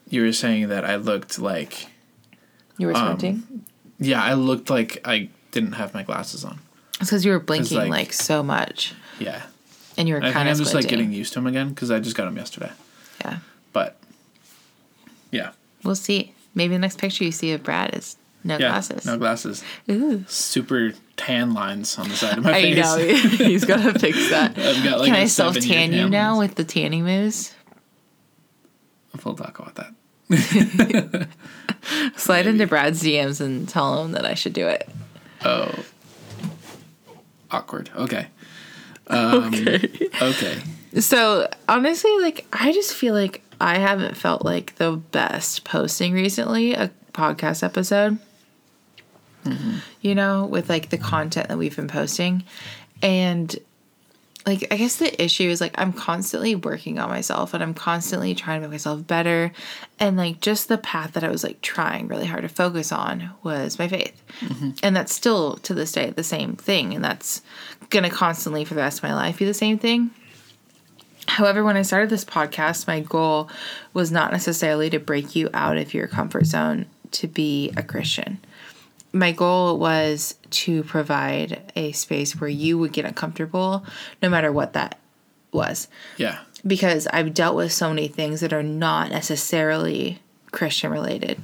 [SPEAKER 2] you were saying that I looked like
[SPEAKER 1] You were
[SPEAKER 2] Um,
[SPEAKER 1] squinting?
[SPEAKER 2] Yeah, I looked like I didn't have my glasses on.
[SPEAKER 1] It's because you were blinking, like,
[SPEAKER 2] like-
[SPEAKER 1] so much,
[SPEAKER 2] Yeah.
[SPEAKER 1] and you were
[SPEAKER 2] I think
[SPEAKER 1] kind
[SPEAKER 2] I'm
[SPEAKER 1] of
[SPEAKER 2] just like
[SPEAKER 1] squinting.
[SPEAKER 2] getting used to them again because I just got them yesterday.
[SPEAKER 1] yeah.
[SPEAKER 2] But yeah.
[SPEAKER 1] We'll see. Maybe the next picture you see of Brad is no
[SPEAKER 2] Yeah.
[SPEAKER 1] glasses.
[SPEAKER 2] No glasses.
[SPEAKER 1] Ooh.
[SPEAKER 2] Super tan lines on the side of my
[SPEAKER 1] *laughs* I
[SPEAKER 2] face.
[SPEAKER 1] know. He's got to fix that.
[SPEAKER 2] *laughs* I've got like
[SPEAKER 1] Can
[SPEAKER 2] a
[SPEAKER 1] I self
[SPEAKER 2] seven-year
[SPEAKER 1] tan you now
[SPEAKER 2] lines.
[SPEAKER 1] with the tanning mousse?
[SPEAKER 2] *laughs* We'll talk about that.
[SPEAKER 1] Slide into Brad's DMs and tell him that I should do it.
[SPEAKER 2] Oh. Awkward. Okay.
[SPEAKER 1] *laughs*
[SPEAKER 2] Um,
[SPEAKER 1] okay.
[SPEAKER 2] Okay.
[SPEAKER 1] So honestly, like I just feel like I haven't felt like the best posting recently a podcast episode. You know, with like the content that we've been posting, and like I guess the issue is like I'm constantly working on myself and I'm constantly trying to make myself better and like just the path that I was like trying really hard to focus on was my faith. And that's still to this day the same thing and that's going to constantly for the rest of my life be the same thing. However, when I started this podcast, my goal was not necessarily to break you out of your comfort zone to be a Christian my goal was to provide a space where you would get uncomfortable no matter what that was
[SPEAKER 2] Yeah.
[SPEAKER 1] because I've dealt with so many things that are not necessarily Christian related.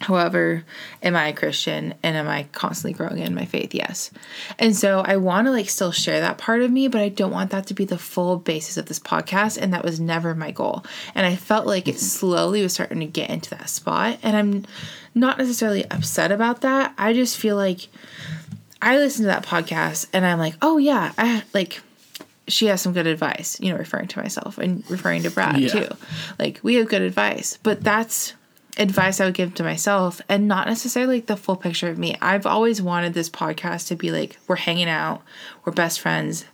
[SPEAKER 1] However, am I a Christian and am I constantly growing in my faith? Yes. And so I want to like still share that part of me, but I don't want that to be the full basis of this podcast. And that was never my goal. And I felt like it slowly was starting to get into that spot. And I'm not necessarily upset about that. I just feel like I listen to that podcast and I'm like, oh yeah, I like she has some good advice, you know, referring to myself and referring to Brad
[SPEAKER 2] Yeah.
[SPEAKER 1] too. Like we have good advice, but that's advice I would give to myself and not necessarily like the full picture of me. I've always wanted this podcast to be like we're hanging out, we're best friends.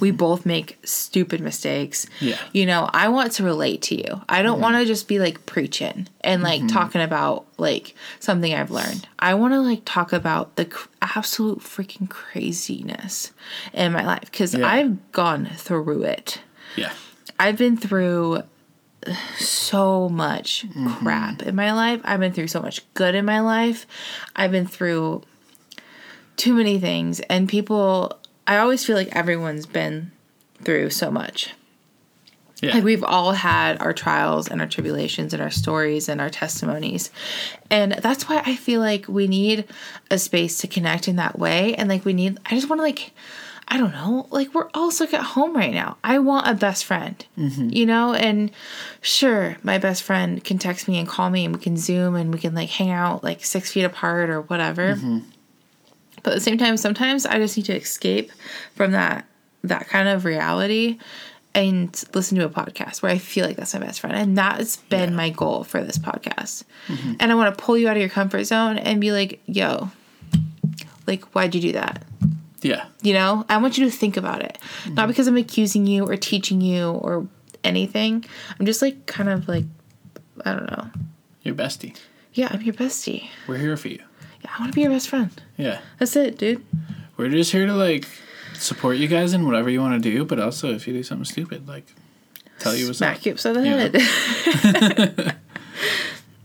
[SPEAKER 1] We both make stupid mistakes.
[SPEAKER 2] Yeah. Mm-hmm.
[SPEAKER 1] You know, I want to relate to you. I don't want to just be like preaching and like talking about like something I've learned. I want to like talk about the cr- absolute freaking craziness in my life because
[SPEAKER 2] Yeah.
[SPEAKER 1] I've gone through it.
[SPEAKER 2] Yeah.
[SPEAKER 1] I've been through so much crap in my life. I've been through so much good in my life. I've been through too many things. And people, I always feel like everyone's been through so much.
[SPEAKER 2] Yeah.
[SPEAKER 1] Like we've all had our trials and our tribulations and our stories and our testimonies. And that's why I feel like we need a space to connect in that way. And like we need, I just want to like, I don't know, like we're all stuck at home right now. I want a best friend, you know? And sure, my best friend can text me and call me and we can Zoom and we can like hang out like six feet apart or whatever but at the same time sometimes i just need to escape from that that kind of reality and listen to a podcast where i feel like that's my best friend and that's been
[SPEAKER 2] Yeah.
[SPEAKER 1] my goal for this podcast and i want to pull you out of your comfort zone and be like yo like why'd you do that
[SPEAKER 2] yeah.
[SPEAKER 1] you know i want you to think about it not because i'm accusing you or teaching you or anything i'm just like kind of like i don't know
[SPEAKER 2] Your bestie.
[SPEAKER 1] yeah i'm your bestie
[SPEAKER 2] We're here for you.
[SPEAKER 1] yeah i want to be your best friend
[SPEAKER 2] Yeah.
[SPEAKER 1] that's it dude
[SPEAKER 2] We're just here to like support you guys in whatever you want to do, but also if you do something stupid, like tell you what's
[SPEAKER 1] smack
[SPEAKER 2] up.
[SPEAKER 1] you upside the
[SPEAKER 2] Yeah.
[SPEAKER 1] head.
[SPEAKER 2] *laughs*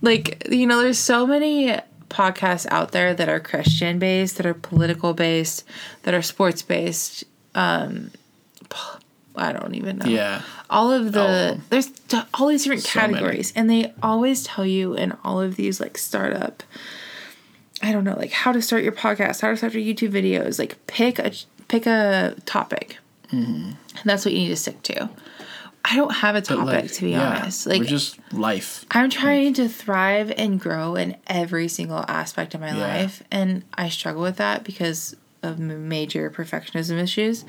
[SPEAKER 1] like you know, there's so many podcasts out there that are Christian based, that are political based, that are sports based. Um, I don't even know.
[SPEAKER 2] Yeah.
[SPEAKER 1] All of the
[SPEAKER 2] All of them.
[SPEAKER 1] there's t- all these different
[SPEAKER 2] So many.
[SPEAKER 1] categories, and they always tell you in all of these like startup. I don't know, like how to start your podcast, how to start your YouTube videos. Like pick a pick a topic,
[SPEAKER 2] Mm-hmm.
[SPEAKER 1] and that's what you need to stick to. I don't have a topic to be
[SPEAKER 2] yeah,
[SPEAKER 1] honest. Like
[SPEAKER 2] we're just life.
[SPEAKER 1] I'm trying to thrive and grow in every single aspect of my
[SPEAKER 2] Yeah.
[SPEAKER 1] life, and I struggle with that because of m- major perfectionism issues.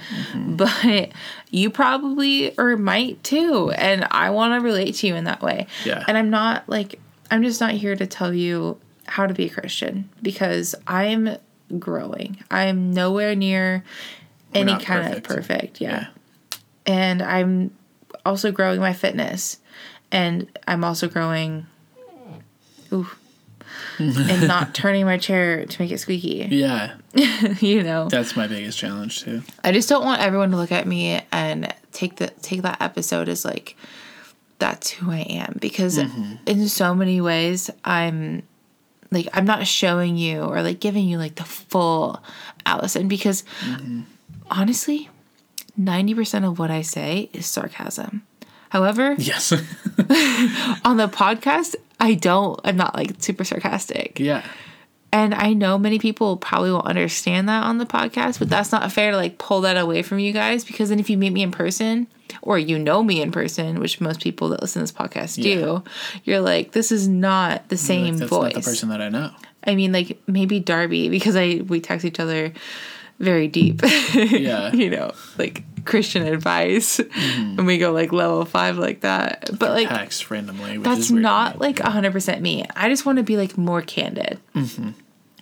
[SPEAKER 1] *laughs*
[SPEAKER 2] Mm-hmm.
[SPEAKER 1] But you probably or might too, and I want to relate to you in that way.
[SPEAKER 2] Yeah.
[SPEAKER 1] And I'm not like I'm just not here to tell you how to be a Christian because I'm growing. I'm nowhere near any
[SPEAKER 2] not
[SPEAKER 1] kind of
[SPEAKER 2] perfect.
[SPEAKER 1] perfect. yeah
[SPEAKER 2] Yeah.
[SPEAKER 1] and I'm also growing my fitness, and I'm also growing, ooh, and
[SPEAKER 2] *laughs*
[SPEAKER 1] not turning my chair to make it squeaky. *laughs*
[SPEAKER 2] Yeah.
[SPEAKER 1] You know,
[SPEAKER 2] That's my biggest challenge too.
[SPEAKER 1] I just don't want everyone to look at me and take the take that episode as like that's who I am because in so many ways I'm like I'm not showing you or like giving you like the full Allison because honestly, ninety percent of what I say is sarcasm. However,
[SPEAKER 2] Yes.
[SPEAKER 1] on the podcast, I don't. I'm not like super sarcastic,
[SPEAKER 2] *laughs* yeah.
[SPEAKER 1] and I know many people probably won't understand that on the podcast. But that's not fair to like pull that away from you guys because then if you meet me in person or you know me in person, which most people that listen to this podcast do, you're like, this is not the
[SPEAKER 2] Like,
[SPEAKER 1] same
[SPEAKER 2] that's
[SPEAKER 1] voice.
[SPEAKER 2] not the person that I know.
[SPEAKER 1] I mean, like maybe Darby because I we text each other very deep. *laughs*
[SPEAKER 2] Yeah.
[SPEAKER 1] you know, like Christian advice,
[SPEAKER 2] Mm-hmm.
[SPEAKER 1] and we go like level five like that. But like
[SPEAKER 2] Hacks randomly. Which
[SPEAKER 1] that's
[SPEAKER 2] is weird to
[SPEAKER 1] not
[SPEAKER 2] me.
[SPEAKER 1] like 100% me. I just want to be like more candid. Mm-hmm.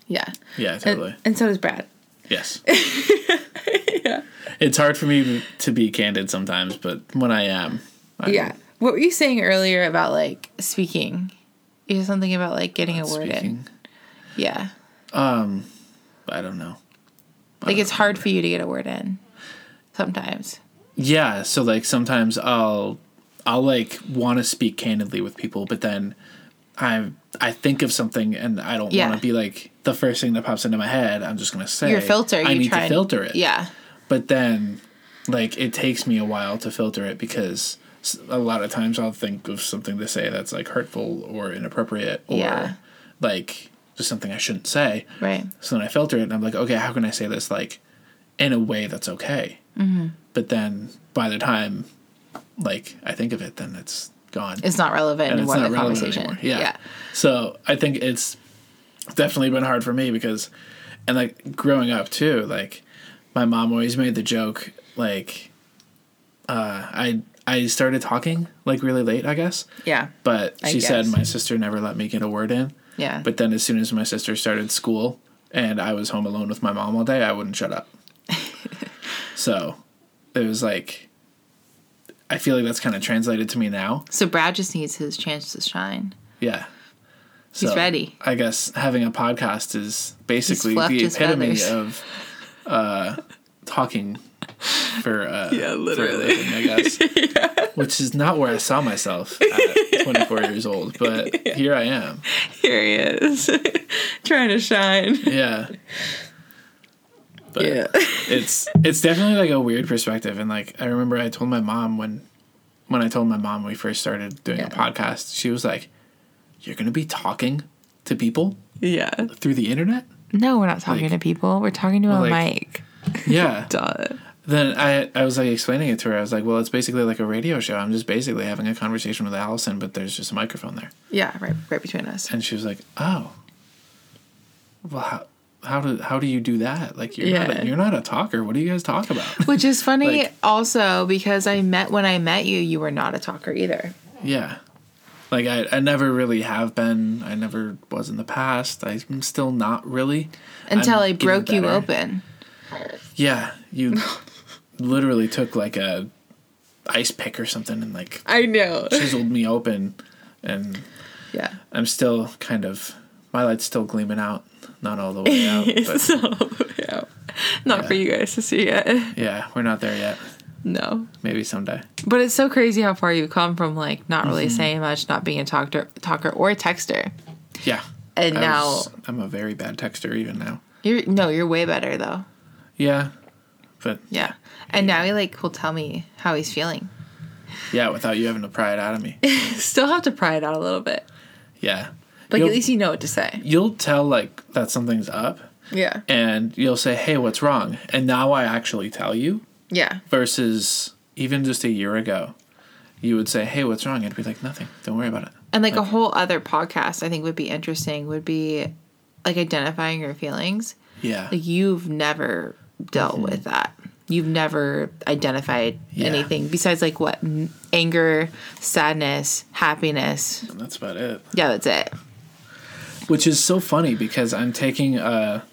[SPEAKER 1] Yeah.
[SPEAKER 2] Yeah,
[SPEAKER 1] And,
[SPEAKER 2] totally.
[SPEAKER 1] and so does Brad. *laughs*
[SPEAKER 2] Yes. It's hard for me to be candid sometimes, but when I am, I
[SPEAKER 1] Yeah. What were you saying earlier about like speaking? You said something about like getting a word in.
[SPEAKER 2] speaking.
[SPEAKER 1] Yeah.
[SPEAKER 2] I don't know.
[SPEAKER 1] Like it's hard for you to get a word in sometimes.
[SPEAKER 2] Yeah, so like sometimes I'll I'll like want to speak candidly with people, but then I I think of something and I don't
[SPEAKER 1] Yeah.
[SPEAKER 2] want to be like the first thing that pops into my head. I'm just gonna say
[SPEAKER 1] Your filter,
[SPEAKER 2] I
[SPEAKER 1] you
[SPEAKER 2] need
[SPEAKER 1] try
[SPEAKER 2] to
[SPEAKER 1] and-
[SPEAKER 2] filter it.
[SPEAKER 1] Yeah.
[SPEAKER 2] but then like it takes me a while to filter it because s- a lot of times I'll think of something to say that's like hurtful or inappropriate or
[SPEAKER 1] Yeah.
[SPEAKER 2] like just something I shouldn't say.
[SPEAKER 1] Right.
[SPEAKER 2] So then I filter it and I'm like, okay, how can I say this like in a way that's okay? Mm-hmm. But then by the time like I think of it, then it's gone.
[SPEAKER 1] It's not relevant
[SPEAKER 2] and it's
[SPEAKER 1] anymore.
[SPEAKER 2] not
[SPEAKER 1] the
[SPEAKER 2] relevant
[SPEAKER 1] conversation.
[SPEAKER 2] anymore. Yeah. So I think it's definitely been hard for me because, and like growing up too, like my mom always made the joke like, uh, I I started talking like really late, I guess.
[SPEAKER 1] Yeah.
[SPEAKER 2] But
[SPEAKER 1] I
[SPEAKER 2] she said
[SPEAKER 1] guess.
[SPEAKER 2] my sister never let me get a word in.
[SPEAKER 1] Yeah.
[SPEAKER 2] But then as soon as my sister started school and I was home alone with my mom all day, I wouldn't shut
[SPEAKER 1] *laughs*
[SPEAKER 2] up. so it was like I feel like that's kind of translated to me now.
[SPEAKER 1] so Brad just needs his chance to shine.
[SPEAKER 2] *laughs* Yeah.
[SPEAKER 1] He's ready.
[SPEAKER 2] I guess having a podcast is basically
[SPEAKER 1] fluffed
[SPEAKER 2] the
[SPEAKER 1] his
[SPEAKER 2] epitome
[SPEAKER 1] feathers.
[SPEAKER 2] of uh, talking for uh,
[SPEAKER 1] *laughs* Yeah,
[SPEAKER 2] for a
[SPEAKER 1] literally.
[SPEAKER 2] living,
[SPEAKER 1] *laughs*
[SPEAKER 2] I guess, which is not where I saw myself at 24 years old, but
[SPEAKER 1] *laughs*
[SPEAKER 2] here I am.
[SPEAKER 1] Here he
[SPEAKER 2] *laughs*
[SPEAKER 1] is, trying to shine.
[SPEAKER 2] Yeah.
[SPEAKER 1] *laughs*
[SPEAKER 2] But
[SPEAKER 1] Yeah.
[SPEAKER 2] it's it's definitely like a weird perspective and like I remember I told my mom when when I told my mom we first started doing
[SPEAKER 1] Yeah.
[SPEAKER 2] a podcast, she was like, You're gonna be talking to people
[SPEAKER 1] Yeah.
[SPEAKER 2] through the internet?
[SPEAKER 1] *laughs* No, we're not talking
[SPEAKER 2] Like-
[SPEAKER 1] to people. We're talking to a
[SPEAKER 2] like-
[SPEAKER 1] mic.
[SPEAKER 2] Yeah.
[SPEAKER 1] Duh.
[SPEAKER 2] then I I was like explaining it to her. I was like, Well, it's basically like a radio show. I'm just basically having a conversation with Allison, but there's just a microphone there.
[SPEAKER 1] Yeah, right, right between us.
[SPEAKER 2] And she was like, Oh. Well how how do how do you do that? Like you're not
[SPEAKER 1] Yeah.
[SPEAKER 2] a, you're not a talker. What do you guys talk about?
[SPEAKER 1] Which is funny
[SPEAKER 2] Like-
[SPEAKER 1] also because I met when I met you, you were not a talker either.
[SPEAKER 2] Yeah. Like I, I never really have been. I never was in the past. I'm still not really.
[SPEAKER 1] Until
[SPEAKER 2] I'm
[SPEAKER 1] I
[SPEAKER 2] getting
[SPEAKER 1] broke you
[SPEAKER 2] better.
[SPEAKER 1] open.
[SPEAKER 2] Yeah,
[SPEAKER 1] *laughs*
[SPEAKER 2] you literally took like a ice pick or something and like
[SPEAKER 1] I know.
[SPEAKER 2] chiseled me open, and
[SPEAKER 1] Yeah.
[SPEAKER 2] I'm still kind of my light's still gleaming out, not all the
[SPEAKER 1] *laughs*
[SPEAKER 2] way out, but
[SPEAKER 1] so yeah. Not for you guys to see yet.
[SPEAKER 2] yeah, we're not there yet.
[SPEAKER 1] No.
[SPEAKER 2] Maybe someday.
[SPEAKER 1] But it's so crazy how far you've come from like not really
[SPEAKER 2] Mm-hmm.
[SPEAKER 1] saying much, not being a talker talker or a texter.
[SPEAKER 2] Yeah.
[SPEAKER 1] And
[SPEAKER 2] I
[SPEAKER 1] now
[SPEAKER 2] was- I'm a very bad texter even now.
[SPEAKER 1] you're no, you're way better though.
[SPEAKER 2] Yeah, but
[SPEAKER 1] Yeah. And now he like will tell me how he's feeling.
[SPEAKER 2] yeah, without you having to pry it out
[SPEAKER 1] *laughs*
[SPEAKER 2] of me.
[SPEAKER 1] Still have to pry it out a little bit.
[SPEAKER 2] Yeah.
[SPEAKER 1] Like
[SPEAKER 2] You'll-
[SPEAKER 1] at least you know what to say.
[SPEAKER 2] you'll tell like that something's up
[SPEAKER 1] Yeah.
[SPEAKER 2] and you'll say hey what's wrong and now i actually tell you
[SPEAKER 1] Yeah.
[SPEAKER 2] versus even just a year ago you would say hey what's wrong i'd be like nothing don't worry about it
[SPEAKER 1] And like a whole other podcast I think would be interesting would be like identifying your feelings.
[SPEAKER 2] yeah
[SPEAKER 1] Like you've never dealt with that. You've never identified
[SPEAKER 2] Mm-hmm. Yeah.
[SPEAKER 1] anything besides like what M- anger, sadness, happiness.
[SPEAKER 2] that's about it
[SPEAKER 1] Yeah, that's it.
[SPEAKER 2] which is so funny because i'm taking a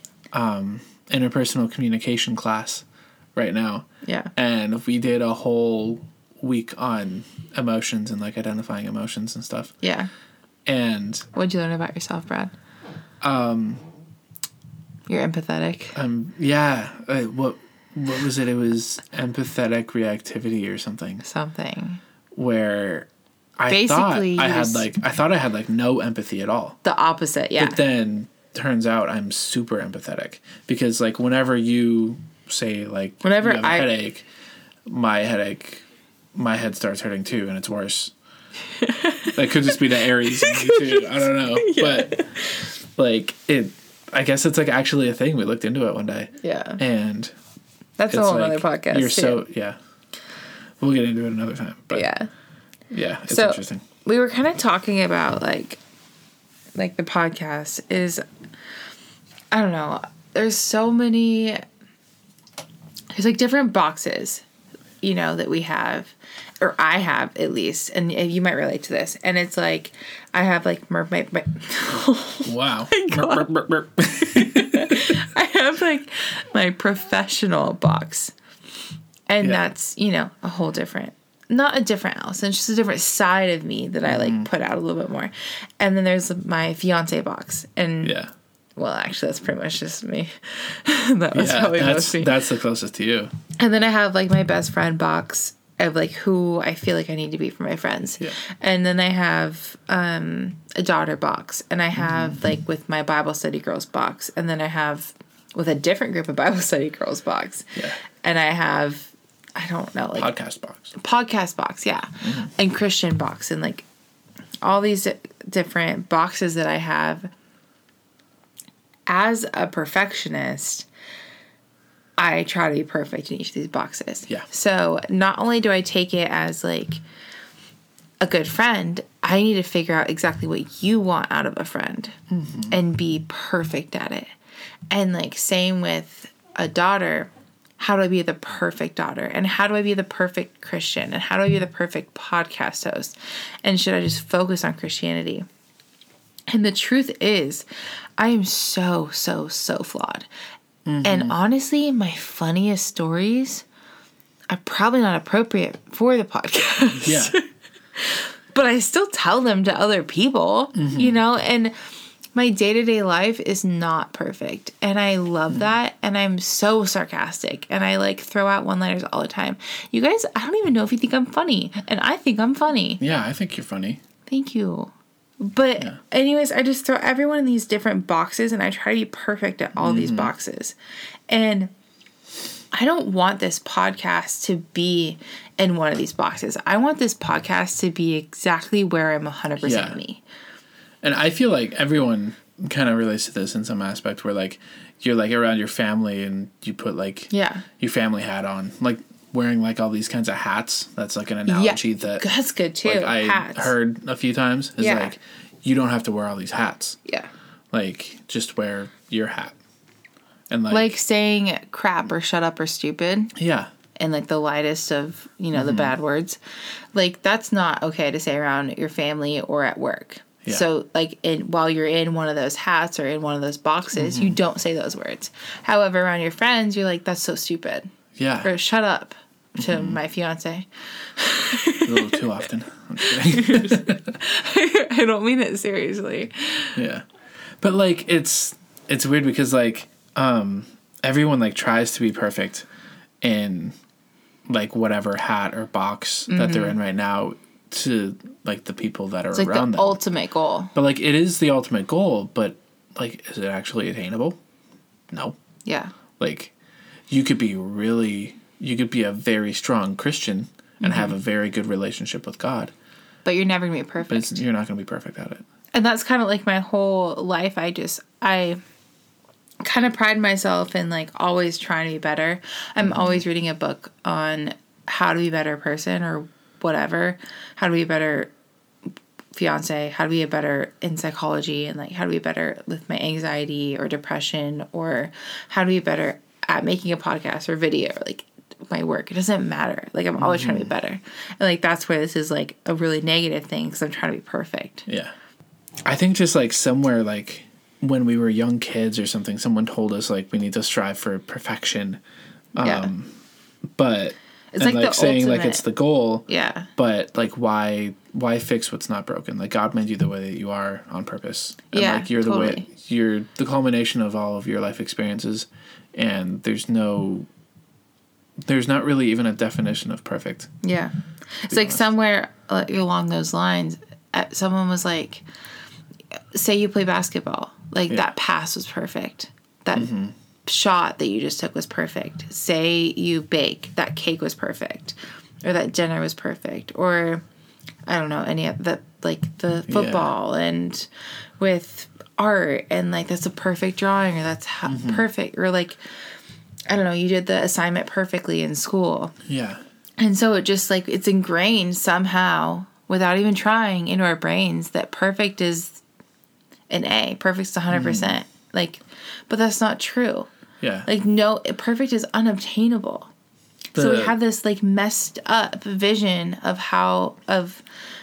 [SPEAKER 2] um, interpersonal communication class right now
[SPEAKER 1] Yeah.
[SPEAKER 2] and we did a whole week on emotions and like identifying emotions and stuff
[SPEAKER 1] Yeah.
[SPEAKER 2] and
[SPEAKER 1] What'd you learn about yourself, Brad? Um You're empathetic.
[SPEAKER 2] Um, yeah. Uh, what what was it? It was empathetic reactivity or something
[SPEAKER 1] Something.
[SPEAKER 2] where I
[SPEAKER 1] Basically,
[SPEAKER 2] thought I
[SPEAKER 1] you
[SPEAKER 2] had
[SPEAKER 1] just-
[SPEAKER 2] like I thought I had like no empathy at all.
[SPEAKER 1] The opposite, yeah.
[SPEAKER 2] But then turns out I'm super empathetic because like whenever you say like
[SPEAKER 1] Whenever
[SPEAKER 2] you have a
[SPEAKER 1] I-
[SPEAKER 2] headache, my headache, my head starts hurting too, and
[SPEAKER 1] *laughs*
[SPEAKER 2] it's worse. that could just be the Aries in me too. I
[SPEAKER 1] *laughs*
[SPEAKER 2] don't know, but like it. I guess it's like actually a thing. We looked into it one day.
[SPEAKER 1] Yeah.
[SPEAKER 2] And
[SPEAKER 1] that's a
[SPEAKER 2] it's
[SPEAKER 1] whole
[SPEAKER 2] like,
[SPEAKER 1] other podcast.
[SPEAKER 2] You're
[SPEAKER 1] too.
[SPEAKER 2] so yeah. We'll get into it another time. But yeah,
[SPEAKER 1] yeah.
[SPEAKER 2] it's
[SPEAKER 1] So-
[SPEAKER 2] interesting.
[SPEAKER 1] we were kind of talking about like like the podcast is i don't know there's so many there's like different boxes you know that we have or i have at least and you might relate to this and it's like i have like mer- my, my *laughs*
[SPEAKER 2] Wow.
[SPEAKER 1] God. *laughs* I have like my professional box. And
[SPEAKER 2] Yeah.
[SPEAKER 1] that's, you know, a whole different not a different Allison, it's just a different side of me that I
[SPEAKER 2] Mm-hmm.
[SPEAKER 1] like put out a little bit more. And then there's my fiance box. And
[SPEAKER 2] *laughs* yeah.
[SPEAKER 1] well, actually that's pretty much just me. *laughs* that was
[SPEAKER 2] Yeah,
[SPEAKER 1] probably
[SPEAKER 2] that's
[SPEAKER 1] most me.
[SPEAKER 2] that's the closest to you.
[SPEAKER 1] And then I have like my best friend box of like who I feel like I need to be for my friends.
[SPEAKER 2] Yeah.
[SPEAKER 1] And then I have um a daughter box and I have
[SPEAKER 2] Mm.
[SPEAKER 1] like with my Bible study girls box and then I have with a different group of Bible *laughs* study girls box.
[SPEAKER 2] Yeah.
[SPEAKER 1] And I have I don't know like
[SPEAKER 2] Podcast box.
[SPEAKER 1] podcast box, yeah.
[SPEAKER 2] Mm.
[SPEAKER 1] And Christian box and like all these di- different boxes that I have as a perfectionist, I try to be perfect in each of these boxes.
[SPEAKER 2] Yeah.
[SPEAKER 1] So not only do I take it as like a good friend, I need to figure out exactly what you want out of a friend and be perfect at it. And like same with a daughter, how do I be the perfect daughter? And how do I be the perfect Christian? And how do I be the perfect podcast host? And should I just focus on Christianity? And the truth is, I am so, so, so flawed. And honestly, my funniest stories are probably not appropriate for the podcast.
[SPEAKER 2] Yeah.
[SPEAKER 1] *laughs* But I still tell them to other people, you know? And my day to day life is not perfect. And I love that. And I'm so sarcastic. And I like throw out one liners all the time. You guys, I don't even know if you think I'm funny. And I think I'm funny.
[SPEAKER 2] yeah, I think you're funny.
[SPEAKER 1] Thank you. But anyways, I just throw everyone in these different boxes and I try to be perfect at all
[SPEAKER 2] Mm-hmm.
[SPEAKER 1] these boxes. And I don't want this podcast to be in one of these boxes. I want this podcast to be exactly where I'm 100%
[SPEAKER 2] Yeah.
[SPEAKER 1] me.
[SPEAKER 2] And I feel like everyone kind of relates to this in some aspect where like you're like around your family and you put like
[SPEAKER 1] Yeah.
[SPEAKER 2] your family hat on. Like wearing like all these kinds of hats. That's like an analogy
[SPEAKER 1] yeah.
[SPEAKER 2] that
[SPEAKER 1] That's good too.
[SPEAKER 2] like I
[SPEAKER 1] Hats.
[SPEAKER 2] heard a few times is
[SPEAKER 1] Yeah.
[SPEAKER 2] like you don't have to wear all these hats.
[SPEAKER 1] Yeah.
[SPEAKER 2] Like just wear your hat. And like,
[SPEAKER 1] Like saying crap or shut up or stupid.
[SPEAKER 2] yeah.
[SPEAKER 1] and like the lightest of you know
[SPEAKER 2] Mm-hmm.
[SPEAKER 1] the bad words like that's not okay to say around your family or at work
[SPEAKER 2] Yeah.
[SPEAKER 1] so like in, while you're in one of those hats or in one of those boxes
[SPEAKER 2] Mm-hmm.
[SPEAKER 1] you don't say those words however around your friends you're like that's so stupid
[SPEAKER 2] Yeah.
[SPEAKER 1] or shut up to
[SPEAKER 2] Mm-hmm.
[SPEAKER 1] my fiance
[SPEAKER 2] a little too often. I'm just
[SPEAKER 1] *laughs*
[SPEAKER 2] kidding.
[SPEAKER 1] i don't mean it seriously
[SPEAKER 2] yeah but like it's it's weird because like um everyone like tries to be perfect in like whatever hat or box that they're in right now to like the people that are
[SPEAKER 1] Mm-hmm. it's like
[SPEAKER 2] around
[SPEAKER 1] the
[SPEAKER 2] them
[SPEAKER 1] ultimate goal
[SPEAKER 2] but like it is the ultimate goal but like is it actually attainable no
[SPEAKER 1] yeah
[SPEAKER 2] like you could be really you could be a very strong christian and
[SPEAKER 1] Mhm.
[SPEAKER 2] have a very good relationship with god
[SPEAKER 1] but you're never gonna be perfect
[SPEAKER 2] but it's, you're not going to be perfect at it
[SPEAKER 1] and that's kind of like my whole life i just i kind of pride myself in like always trying to be better i'm always reading a book on how to be a better person or whatever how to be a better fiance how to be a better in psychology and like how to be better with my anxiety or depression or how to be better at making a podcast or video or like my work it doesn't matter like i'm always trying to be better and like that's where this is like a really negative thing because i'm trying to be perfect
[SPEAKER 2] Yeah. I think just like somewhere like when we were young kids or something, someone told us like we need to strive for perfection.
[SPEAKER 1] yeah
[SPEAKER 2] But
[SPEAKER 1] It's
[SPEAKER 2] and
[SPEAKER 1] like
[SPEAKER 2] like,
[SPEAKER 1] the
[SPEAKER 2] saying like it's
[SPEAKER 1] ultimate-
[SPEAKER 2] the goal.
[SPEAKER 1] Yeah.
[SPEAKER 2] But like why why fix what's not broken? Like God made you the way that you are on purpose. And
[SPEAKER 1] Yeah,
[SPEAKER 2] like you're the way
[SPEAKER 1] totally.
[SPEAKER 2] you're the culmination of all of your life experiences and there's no there's not really even a definition of perfect.
[SPEAKER 1] Yeah. It's like somewhere uh, along those lines, uh, someone was like, say you play basketball, like that pass was perfect. That shot that you just took was perfect. Say you bake, that cake was perfect. Or that dinner was perfect. Or I don't know, any of the like the football and with art and like that's a perfect drawing or that's ho- perfect or like I don't know, you did the assignment perfectly in school.
[SPEAKER 2] Yeah.
[SPEAKER 1] And so it just like it's ingrained somehow without even trying into our brains that perfect is an A, perfect's 100%.
[SPEAKER 2] Mm.
[SPEAKER 1] Like, but that's not true.
[SPEAKER 2] Yeah.
[SPEAKER 1] Like, no, perfect is unobtainable. so we
[SPEAKER 2] The-
[SPEAKER 1] have this like messed up vision of how, of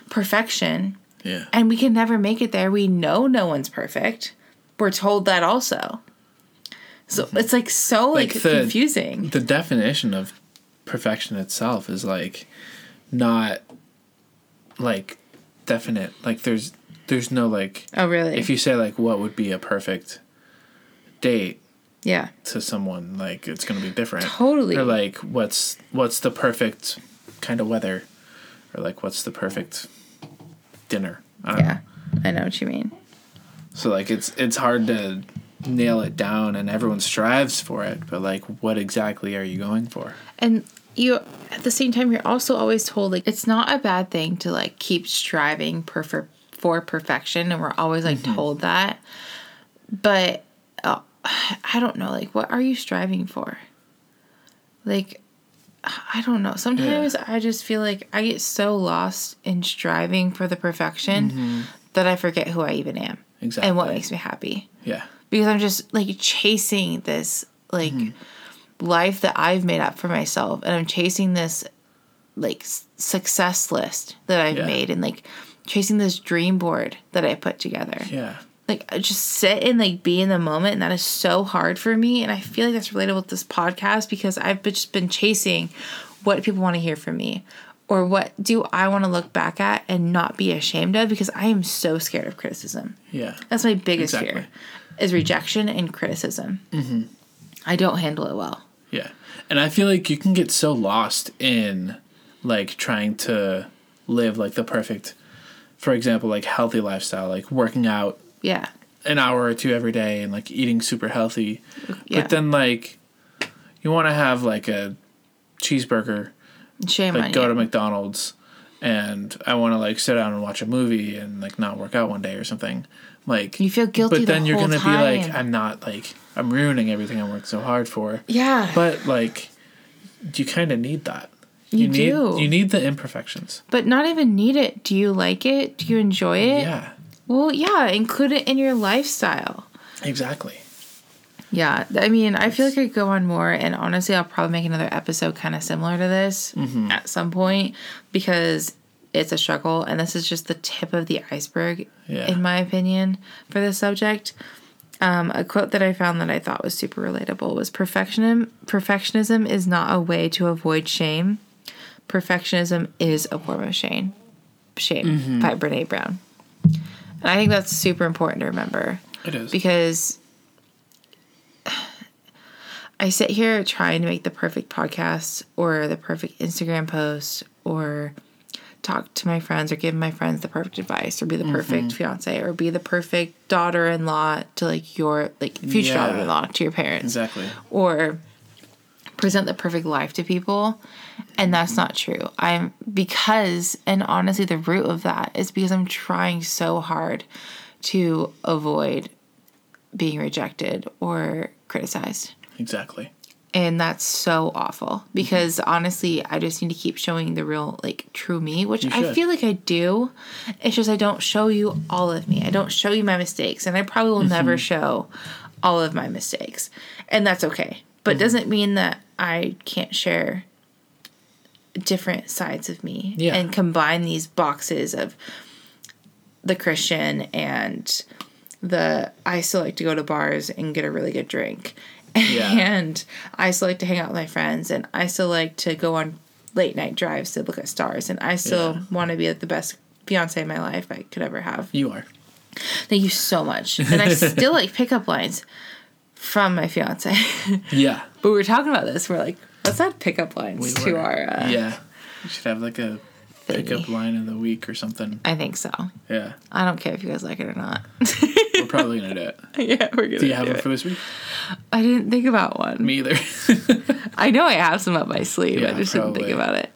[SPEAKER 1] perfection,
[SPEAKER 2] yeah.
[SPEAKER 1] and we can never make it there. We know no one's perfect. We're told that also. So it's like so like,
[SPEAKER 2] Mm-hmm. Like the-
[SPEAKER 1] confusing.
[SPEAKER 2] the definition of perfection itself is like not like definite like there's there's no like
[SPEAKER 1] oh, really?
[SPEAKER 2] if you say like what would be a perfect date
[SPEAKER 1] yeah.
[SPEAKER 2] to someone like it's going to be different
[SPEAKER 1] Totally.
[SPEAKER 2] or like what's what's the perfect kind of weather or like what's the perfect dinner I don't know.
[SPEAKER 1] Yeah,
[SPEAKER 2] "Ah."
[SPEAKER 1] I know what you mean.
[SPEAKER 2] so like it's it's hard to nail it down and everyone strives for it but like what exactly are you going for
[SPEAKER 1] And you, at the same time, you're also always told like it's not a bad thing to like keep striving per- for for perfection, and we're always like told that. But uh, I don't know, like, what are you striving for? Like, I don't know. Sometimes I just feel like I get so lost in striving for the perfection that I forget who I even am and what
[SPEAKER 2] Exactly.
[SPEAKER 1] makes me happy.
[SPEAKER 2] Yeah.
[SPEAKER 1] Because I'm just like chasing this, like,
[SPEAKER 2] Mm-hmm.
[SPEAKER 1] life that I've made up for myself. And I'm chasing this, like, s- success list that I've
[SPEAKER 2] Yeah.
[SPEAKER 1] made and, like, chasing this dream board that I put together
[SPEAKER 2] Yeah.
[SPEAKER 1] like I just sit and like be in the moment and that is so hard for me and i feel like that's relatable with this podcast because i've been- just been chasing what people want to hear from me or what do i want to look back at and not be ashamed of because i am so scared of criticism
[SPEAKER 2] Yeah.
[SPEAKER 1] that's my biggest
[SPEAKER 2] Exactly. Mm-hmm.
[SPEAKER 1] fear is rejection and criticism i don't handle it well
[SPEAKER 2] Yeah. And I feel like you can get so lost in like trying to live like the perfect for example, like healthy lifestyle, like working out
[SPEAKER 1] yeah
[SPEAKER 2] an hour or two every day and like eating super healthy.
[SPEAKER 1] yeah
[SPEAKER 2] But then like you want to have like a cheeseburger,
[SPEAKER 1] shame
[SPEAKER 2] like
[SPEAKER 1] on
[SPEAKER 2] go
[SPEAKER 1] you
[SPEAKER 2] to McDonald's and I want to like sit down and watch a movie and like not work out one day or something. Like
[SPEAKER 1] You feel guilty
[SPEAKER 2] But
[SPEAKER 1] the
[SPEAKER 2] then you're
[SPEAKER 1] whole
[SPEAKER 2] gonna be like
[SPEAKER 1] time.
[SPEAKER 2] I'm not like I'm ruining everything I worked so hard for.
[SPEAKER 1] yeah but,
[SPEAKER 2] But like, you kind of need that.
[SPEAKER 1] You
[SPEAKER 2] need
[SPEAKER 1] do.
[SPEAKER 2] you need the imperfections.
[SPEAKER 1] not even need it do you like it do you enjoy it
[SPEAKER 2] Yeah,
[SPEAKER 1] well yeah include it in your lifestyle
[SPEAKER 2] exactly.
[SPEAKER 1] Yeah, th- I mean, I feel like I could go on more, and honestly, I'll probably make another episode kind of similar to this at some point because it's a struggle, and this is just the tip of the iceberg,
[SPEAKER 2] Yeah.
[SPEAKER 1] in my opinion, for this subject. Um, a quote that I found that I thought was super relatable was perfectionism. Perfectionism is not a way to avoid shame. Perfectionism is a form of shame. Shame by Brene Brown. And I think that's super important to remember
[SPEAKER 2] It is.
[SPEAKER 1] because I sit here trying to make the perfect podcast or the perfect Instagram post or talk to my friends or give my friends the perfect advice or be the perfect fiance or be the perfect daughter-in-law to like your like future
[SPEAKER 2] Yeah.
[SPEAKER 1] daughter-in-law to your parents
[SPEAKER 2] exactly.
[SPEAKER 1] or present the perfect life to people and that's not true i'm because and honestly the root of that is because i'm trying so hard to avoid being rejected or criticized
[SPEAKER 2] Exactly.
[SPEAKER 1] and that's so awful
[SPEAKER 2] Mm-hmm.
[SPEAKER 1] because honestly i just need to keep showing the real like true me which i
[SPEAKER 2] should.
[SPEAKER 1] feel like i do it's just i don't show you all of me i don't show you my mistakes and i probably will
[SPEAKER 2] Mm-hmm.
[SPEAKER 1] never show all of my mistakes and that's okay but it
[SPEAKER 2] Mm-hmm.
[SPEAKER 1] doesn't mean that i can't share different sides of me
[SPEAKER 2] Yeah.
[SPEAKER 1] and combine these boxes of the christian and the i still like to go to bars and get a really good drink *laughs*
[SPEAKER 2] Yeah.
[SPEAKER 1] and I still like to hang out with my friends, and I still like to go on late night drives to look at stars, and I still
[SPEAKER 2] Yeah.
[SPEAKER 1] want to be the best fiance in my life I could ever have.
[SPEAKER 2] you are.
[SPEAKER 1] Thank you so much. And I still like pickup lines from my fiance. *laughs*
[SPEAKER 2] Yeah.
[SPEAKER 1] but we were talking about this. We're like, let's add pickup lines
[SPEAKER 2] We
[SPEAKER 1] to
[SPEAKER 2] were.
[SPEAKER 1] our. Uh,
[SPEAKER 2] yeah. You should have like a pickup line of the week or something.
[SPEAKER 1] I think so.
[SPEAKER 2] Yeah.
[SPEAKER 1] I don't care if you guys like it or not. *laughs*
[SPEAKER 2] We're probably gonna do it.
[SPEAKER 1] yeah, we're gonna.
[SPEAKER 2] Do you have
[SPEAKER 1] do
[SPEAKER 2] one
[SPEAKER 1] it.
[SPEAKER 2] for
[SPEAKER 1] *laughs*
[SPEAKER 2] this week?
[SPEAKER 1] I didn't think about one. *laughs*
[SPEAKER 2] Me either.
[SPEAKER 1] I know I have some up my sleeve. I
[SPEAKER 2] Yeah,
[SPEAKER 1] just didn't
[SPEAKER 2] probably.
[SPEAKER 1] think about it.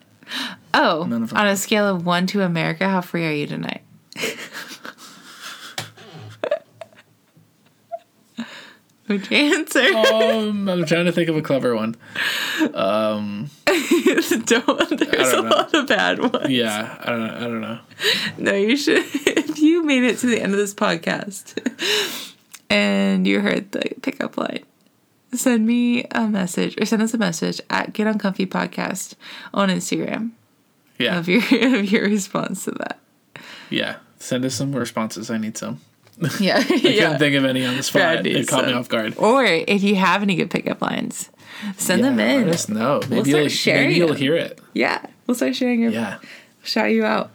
[SPEAKER 1] Oh,
[SPEAKER 2] None of them.
[SPEAKER 1] on a scale of one to America, how free are you
[SPEAKER 2] *laughs*
[SPEAKER 1] tonight? Would you answer? *laughs*
[SPEAKER 2] um, I'm trying to think of a clever one.
[SPEAKER 1] don't. There's a
[SPEAKER 2] don't know.
[SPEAKER 1] lot of bad ones.
[SPEAKER 2] Yeah. I don't. I don't know.
[SPEAKER 1] No, you should. *laughs* If you made it to the end of this podcast *laughs* and you heard the pickup line, send me a message or send us a message at Get Uncomfy Podcast on Instagram
[SPEAKER 2] Yeah.
[SPEAKER 1] of your *laughs* of your response to
[SPEAKER 2] *laughs*
[SPEAKER 1] that.
[SPEAKER 2] Yeah. Send us some responses. I need some.
[SPEAKER 1] *laughs* Yeah.
[SPEAKER 2] I couldn't think of any on the
[SPEAKER 1] Yeah, I
[SPEAKER 2] spot.
[SPEAKER 1] need
[SPEAKER 2] It caught me
[SPEAKER 1] some.
[SPEAKER 2] off guard.
[SPEAKER 1] Or if you have any good pickup lines, send them
[SPEAKER 2] Yeah,
[SPEAKER 1] in.
[SPEAKER 2] Let us know. Maybe
[SPEAKER 1] start
[SPEAKER 2] you'll,
[SPEAKER 1] sharing
[SPEAKER 2] maybe you'll
[SPEAKER 1] them.
[SPEAKER 2] hear it.
[SPEAKER 1] Yeah. We'll start sharing your *laughs*
[SPEAKER 2] Yeah.
[SPEAKER 1] shout you out.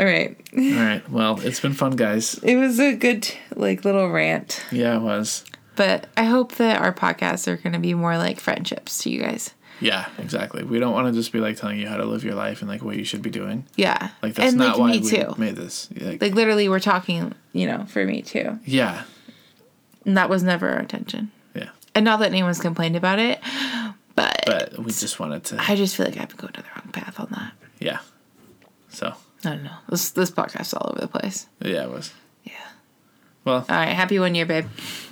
[SPEAKER 1] All right.
[SPEAKER 2] All right. Well, it's been fun, guys.
[SPEAKER 1] It was a good like little rant.
[SPEAKER 2] Yeah, it was.
[SPEAKER 1] But I hope that our podcasts are gonna be more like friendships to you guys.
[SPEAKER 2] Yeah, exactly. We don't want to just be like telling you how to live your life and like what you should be doing.
[SPEAKER 1] Yeah.
[SPEAKER 2] Like that's
[SPEAKER 1] and
[SPEAKER 2] not
[SPEAKER 1] like
[SPEAKER 2] why
[SPEAKER 1] me
[SPEAKER 2] we
[SPEAKER 1] too.
[SPEAKER 2] made this. Like,
[SPEAKER 1] Like literally we're talking, you know, for me too.
[SPEAKER 2] yeah,
[SPEAKER 1] And that was never our intention.
[SPEAKER 2] yeah.
[SPEAKER 1] And not that anyone's complained about it, but,
[SPEAKER 2] But we just wanted to.
[SPEAKER 1] I just feel like I've been going down the wrong path on that.
[SPEAKER 2] Yeah. So
[SPEAKER 1] I don't know. This this podcast's all over the place.
[SPEAKER 2] yeah, it was.
[SPEAKER 1] Yeah.
[SPEAKER 2] Well,
[SPEAKER 1] All right. Happy one year, babe. *laughs*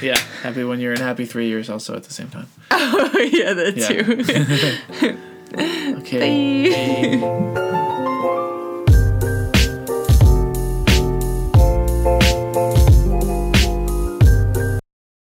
[SPEAKER 2] Yeah, happy one year and happy three years also at the same time.
[SPEAKER 1] Oh, *laughs* yeah, that
[SPEAKER 2] Yeah.
[SPEAKER 1] too.
[SPEAKER 2] Okay.
[SPEAKER 1] Bye.